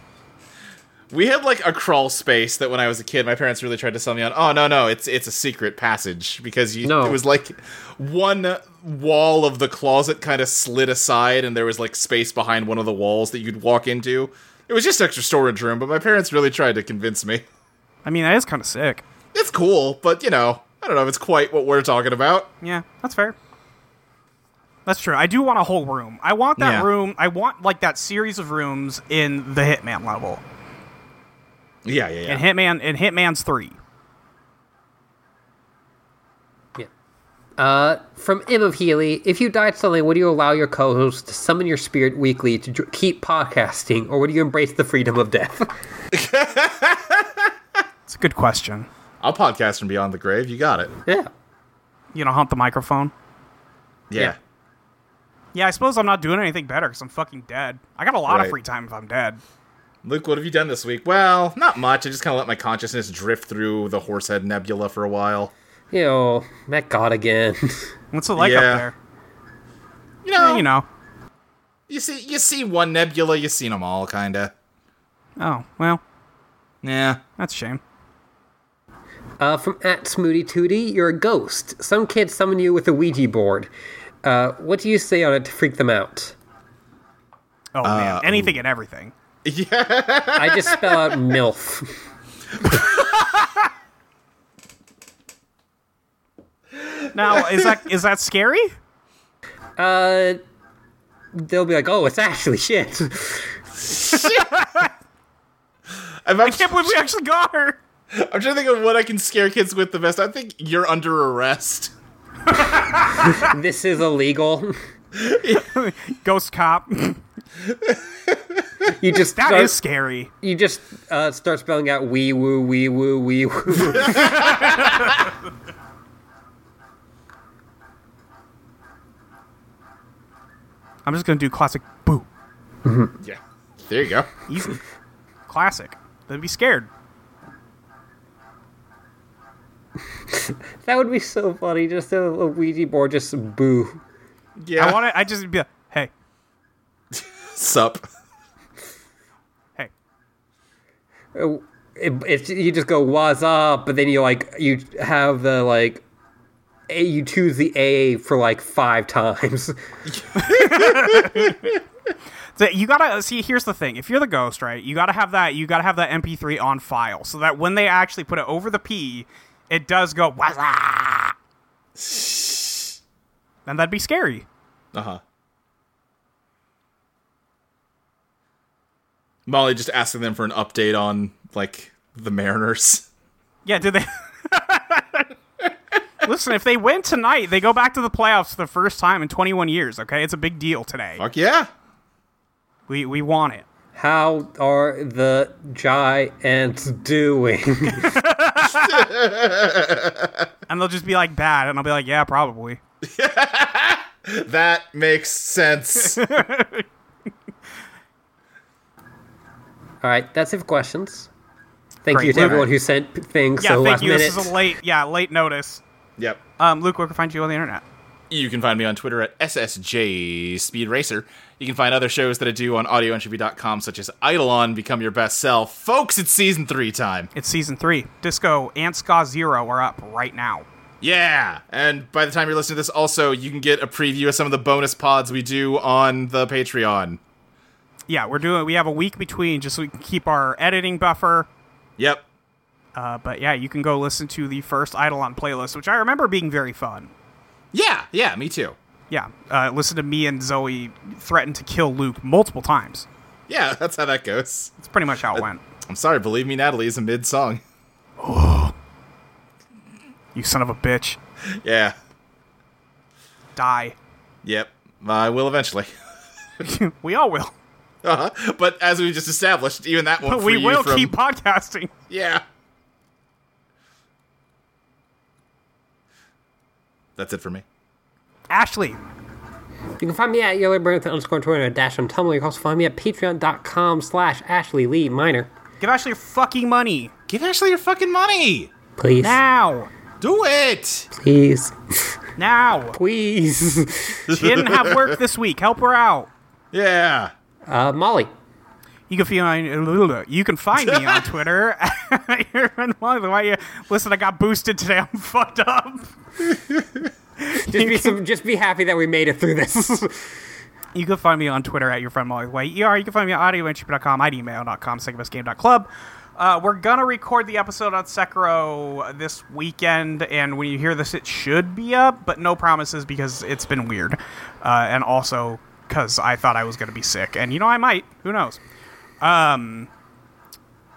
C: We had like a crawl space that when I was a kid, my parents really tried to sell me on. Oh no, no, it's it's a secret passage because you
A: No.
C: it was like one wall of the closet kind of slid aside, and there was like space behind one of the walls that you'd walk into. It was just extra storage room, but my parents really tried to convince me.
B: I mean, that is kind of sick.
C: It's cool, but you know, I don't know if it's quite what we're talking about.
B: Yeah, that's fair. That's true. I do want a whole room. I want that
C: Yeah.
B: room. I want like that series of rooms in the Hitman level.
C: Yeah, yeah, yeah.
B: In Hitman in Hitman's 3.
A: Yeah. Uh, from M of Healy, if you died suddenly, would you allow your co-host to summon your spirit weekly to dr- keep podcasting, or would you embrace the freedom of death? [LAUGHS]
B: It's a good question.
C: I'll podcast from beyond the grave. You got it.
A: yeah.
B: You know, hunt the microphone.
C: Yeah.
A: Yeah.
B: Yeah, I suppose I'm not doing anything better because I'm fucking dead. I got a lot
C: Right.
B: of free time if I'm dead.
C: Luke, what have you done this week? Well, not much. I just kind of let my consciousness drift through the Horsehead Nebula for a while.
A: You know, met God again. [LAUGHS]
B: What's it like
C: Yeah.
B: up there?
C: You
B: Yeah,
C: know,
B: you know.
C: You see, you see one nebula, you seen them all, kinda.
B: Oh well,
C: Yeah.
B: that's a shame.
A: Uh, from at Smooty Tooty, you're a ghost. Some kids summon you with a Ouija board. Uh, what do you say on it to freak them out?
B: Oh
C: Uh,
B: man, anything and everything.
A: I just spell
C: [LAUGHS]
A: out MILF.
B: Now is that is that scary?
A: Uh, they'll be like, oh, it's Ashley, [LAUGHS] shit.
C: I'm,
B: I can't believe we actually got her.
C: I'm trying to think of what I can scare kids with the best. I think you're under arrest.
A: this is illegal. [LAUGHS]
B: Ghost cop. [LAUGHS]
A: You just
B: That
A: start,
B: is scary.
A: you just uh, start spelling out wee woo wee woo wee woo. [LAUGHS]
B: I'm just gonna do classic boo.
C: Yeah. There you go.
B: Easy. classic. They'd be scared.
A: that would be so funny. Just a, a Ouija board, just boo.
C: Yeah.
B: I want to. I just be like, hey,
C: sup.
B: hey.
A: Uh, It, it's you just go what's up, but then you like you have the like. A, you choose the A for like five times. [LAUGHS]
B: So you gotta see. Here's the thing: if you're the ghost, right, you gotta have that. You gotta have that MP3 on file so that when they actually put it over the P, it does go. Wah-zah! And that'd be scary.
C: Uh huh. Molly just asking them for an update on like the Mariners.
B: Yeah, did they? [LAUGHS] Listen, if they win tonight, they go back to the playoffs for the first time in 21 years. Okay, it's a big deal today.
C: Fuck yeah.
B: We we want it.
A: How are the giants doing? [LAUGHS]
B: And they'll just be like bad, and I'll be like, yeah, probably.
C: That makes sense.
B: [LAUGHS]
A: All right, that's it for questions. Thank
B: Great.
A: you to
B: All
A: everyone
C: right.
A: who sent p- things.
B: Yeah,
A: so
B: thank
A: last
B: you.
A: minute.
B: This is a late, yeah, late notice.
C: yep.
B: Um, Luke, where can I find you on the internet?
C: You can find me on Twitter at SSJ Speed Racer. You can find other shows that I do on audioentropy.com, such as Eidolon, Become Your Best Self. Folks, it's season three time.
B: It's season three. Disco and Ska Zero are up right now.
C: Yeah. And by the time you're listening to this, also, you can get a preview of some of the bonus pods we do on the Patreon.
B: Yeah, we're doing. We have a week between just so we can keep our editing buffer.
C: Yep.
B: Uh, but yeah, you can go listen to the first Eidolon playlist, which I remember being very fun.
C: Yeah, yeah, me too.
B: Yeah, uh, listen to me and Zoe threaten to kill Luke multiple times.
C: Yeah, [LAUGHS] that's how that goes.
B: That's pretty much how
C: Uh,
B: it went.
C: I'm sorry, believe me, Natalie is a mid song.
B: You son of a bitch,
C: [LAUGHS] Yeah.
B: die. [LAUGHS]
C: Yep. I will eventually. [LAUGHS]
B: we all will.
C: Uh-huh. But as we just established, even that one.
B: But [LAUGHS] we
C: free you
B: will
C: from-
B: keep podcasting.
C: Yeah. That's it for me.
B: Ashley,
A: You can find me at yellowbird underscore Twitter and dash on Tumblr. You can also find me at patreon.com slash Ashley Lee Minor.
B: give Ashley your fucking money
C: Give Ashley your fucking money.
A: Please,
B: now.
C: Do it.
A: please, [LAUGHS]
B: Now,
A: please.
B: [LAUGHS] she didn't have
C: [LAUGHS]
B: work this week. Help her out.
C: Yeah.
A: Uh, Molly.
B: You can find you can find me on Twitter. [LAUGHS] Why you listen? I got boosted today. I'm [LAUGHS] fucked up.
A: Just be, some, just be happy that we made it through this. [LAUGHS]
B: You can find me on Twitter at your friend Molly White. ER. You can find me at audioentropy.com, idemail.com, segmentgame.club. Uh, we're gonna record the episode on Sekiro this weekend, and when you hear this, it should be up, but no promises because it's been weird, uh, and also because I thought I was gonna be sick, and you know I might. Who knows?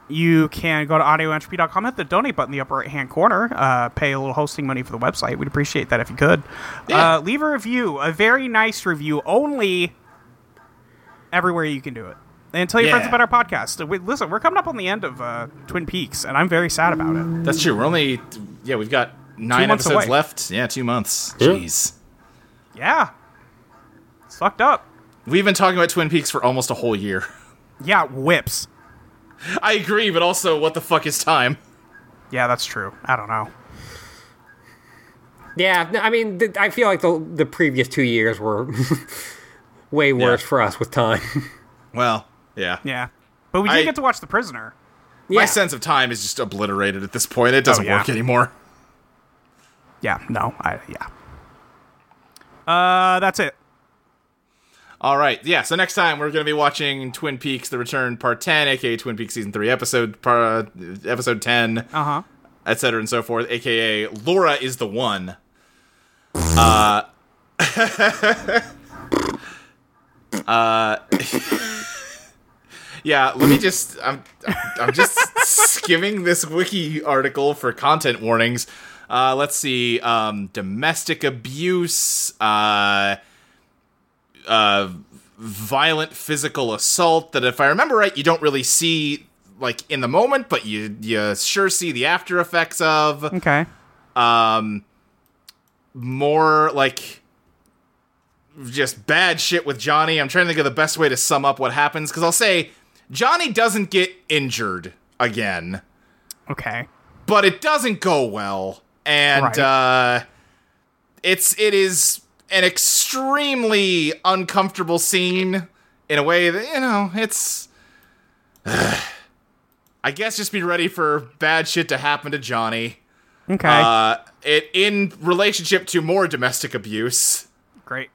B: you can go to audioentropy.com, hit the donate button in the upper right hand corner, uh, pay a little hosting money for the website. We'd appreciate that if you could.
C: Yeah.
B: Uh, leave a review, a very nice review, only everywhere you can do it. And tell your
C: Yeah.
B: friends about our podcast. We, listen, we're coming up on the end of uh, Twin Peaks, and I'm very sad about it.
C: That's true. We're only yeah, we've got nine
B: months
C: episodes
B: away.
C: left. Yeah, two months.
A: Yeah.
C: Jeez.
B: Yeah. It's fucked up.
C: We've been talking about Twin Peaks for almost a whole year. [LAUGHS]
B: Yeah, whips.
C: I agree, but also what the fuck is time?
B: Yeah, that's true. I don't know.
A: yeah, no, I mean, th- I feel like the, the previous two years were [LAUGHS] way worse
C: Yeah.
A: for us with time. [LAUGHS]
C: Well, yeah.
B: Yeah. But we did
C: I-
B: get to watch The Prisoner.
C: My
A: Yeah.
C: sense of time is just obliterated at this point. It doesn't
B: Oh, yeah.
C: work anymore.
B: Yeah, no. I, yeah. Uh, that's it.
C: All right, yeah. So next time we're going to be watching Twin Peaks: The Return, Part Ten, aka Twin Peaks Season Three, Episode par, Episode Ten,
B: Uh huh.
C: et cetera, and so forth. Aka Laura is the one. Uh, [LAUGHS] uh, [LAUGHS] yeah. Let me just. I'm. I'm just skimming this wiki article for content warnings. Uh, let's see. Um, domestic abuse. Uh, uh, violent physical assault that if I remember right, you don't really see like in the moment, but you you sure see the after effects of
B: Okay.
C: more like just bad shit with Johnny. I'm trying to think of the best way to sum up what happens cuz I'll say Johnny doesn't get injured again,
B: Okay.
C: but it doesn't go well and
B: Right.
C: uh it's it is an extremely uncomfortable scene in a way that you know it's [SIGHS] i guess just be ready for bad shit to happen to johnny
B: Okay.
C: uh it in relationship to more domestic abuse
B: Great.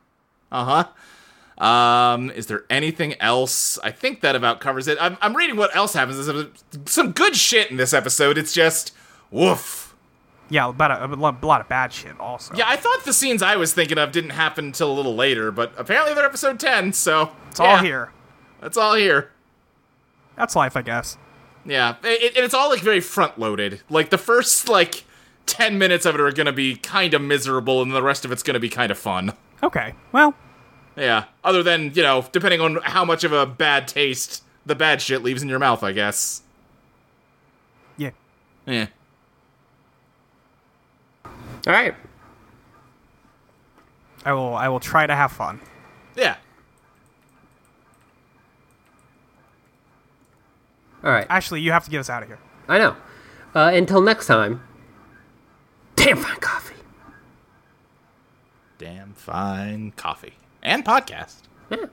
C: uh-huh um is there anything else i think that about covers it i'm, I'm reading what else happens There's some- some good shit in this episode it's just woof
B: Yeah, but a, a lot, lot of bad shit also.
C: Yeah, I thought the scenes I was thinking of didn't happen until a little later, but apparently they're episode 10, so.
B: It's all here.
C: It's all here.
B: That's life, I guess.
C: Yeah. It, it- and it's all, like, very front loaded. Like, the first, like, 10 minutes of it are gonna be kind of miserable, and the rest of it's gonna be kind of fun.
B: Okay. Well,
C: Yeah. Other than, you know, depending on how much of a bad taste the bad shit leaves in your mouth, I guess.
B: yeah.
C: Yeah.
A: All right.
B: I will I will try to have fun.
C: Yeah.
A: All right.
B: Ashley, you have to get us out of here.
A: I know. Uh, until next time, damn fine coffee.
C: Damn fine coffee. And podcast.
A: Yeah.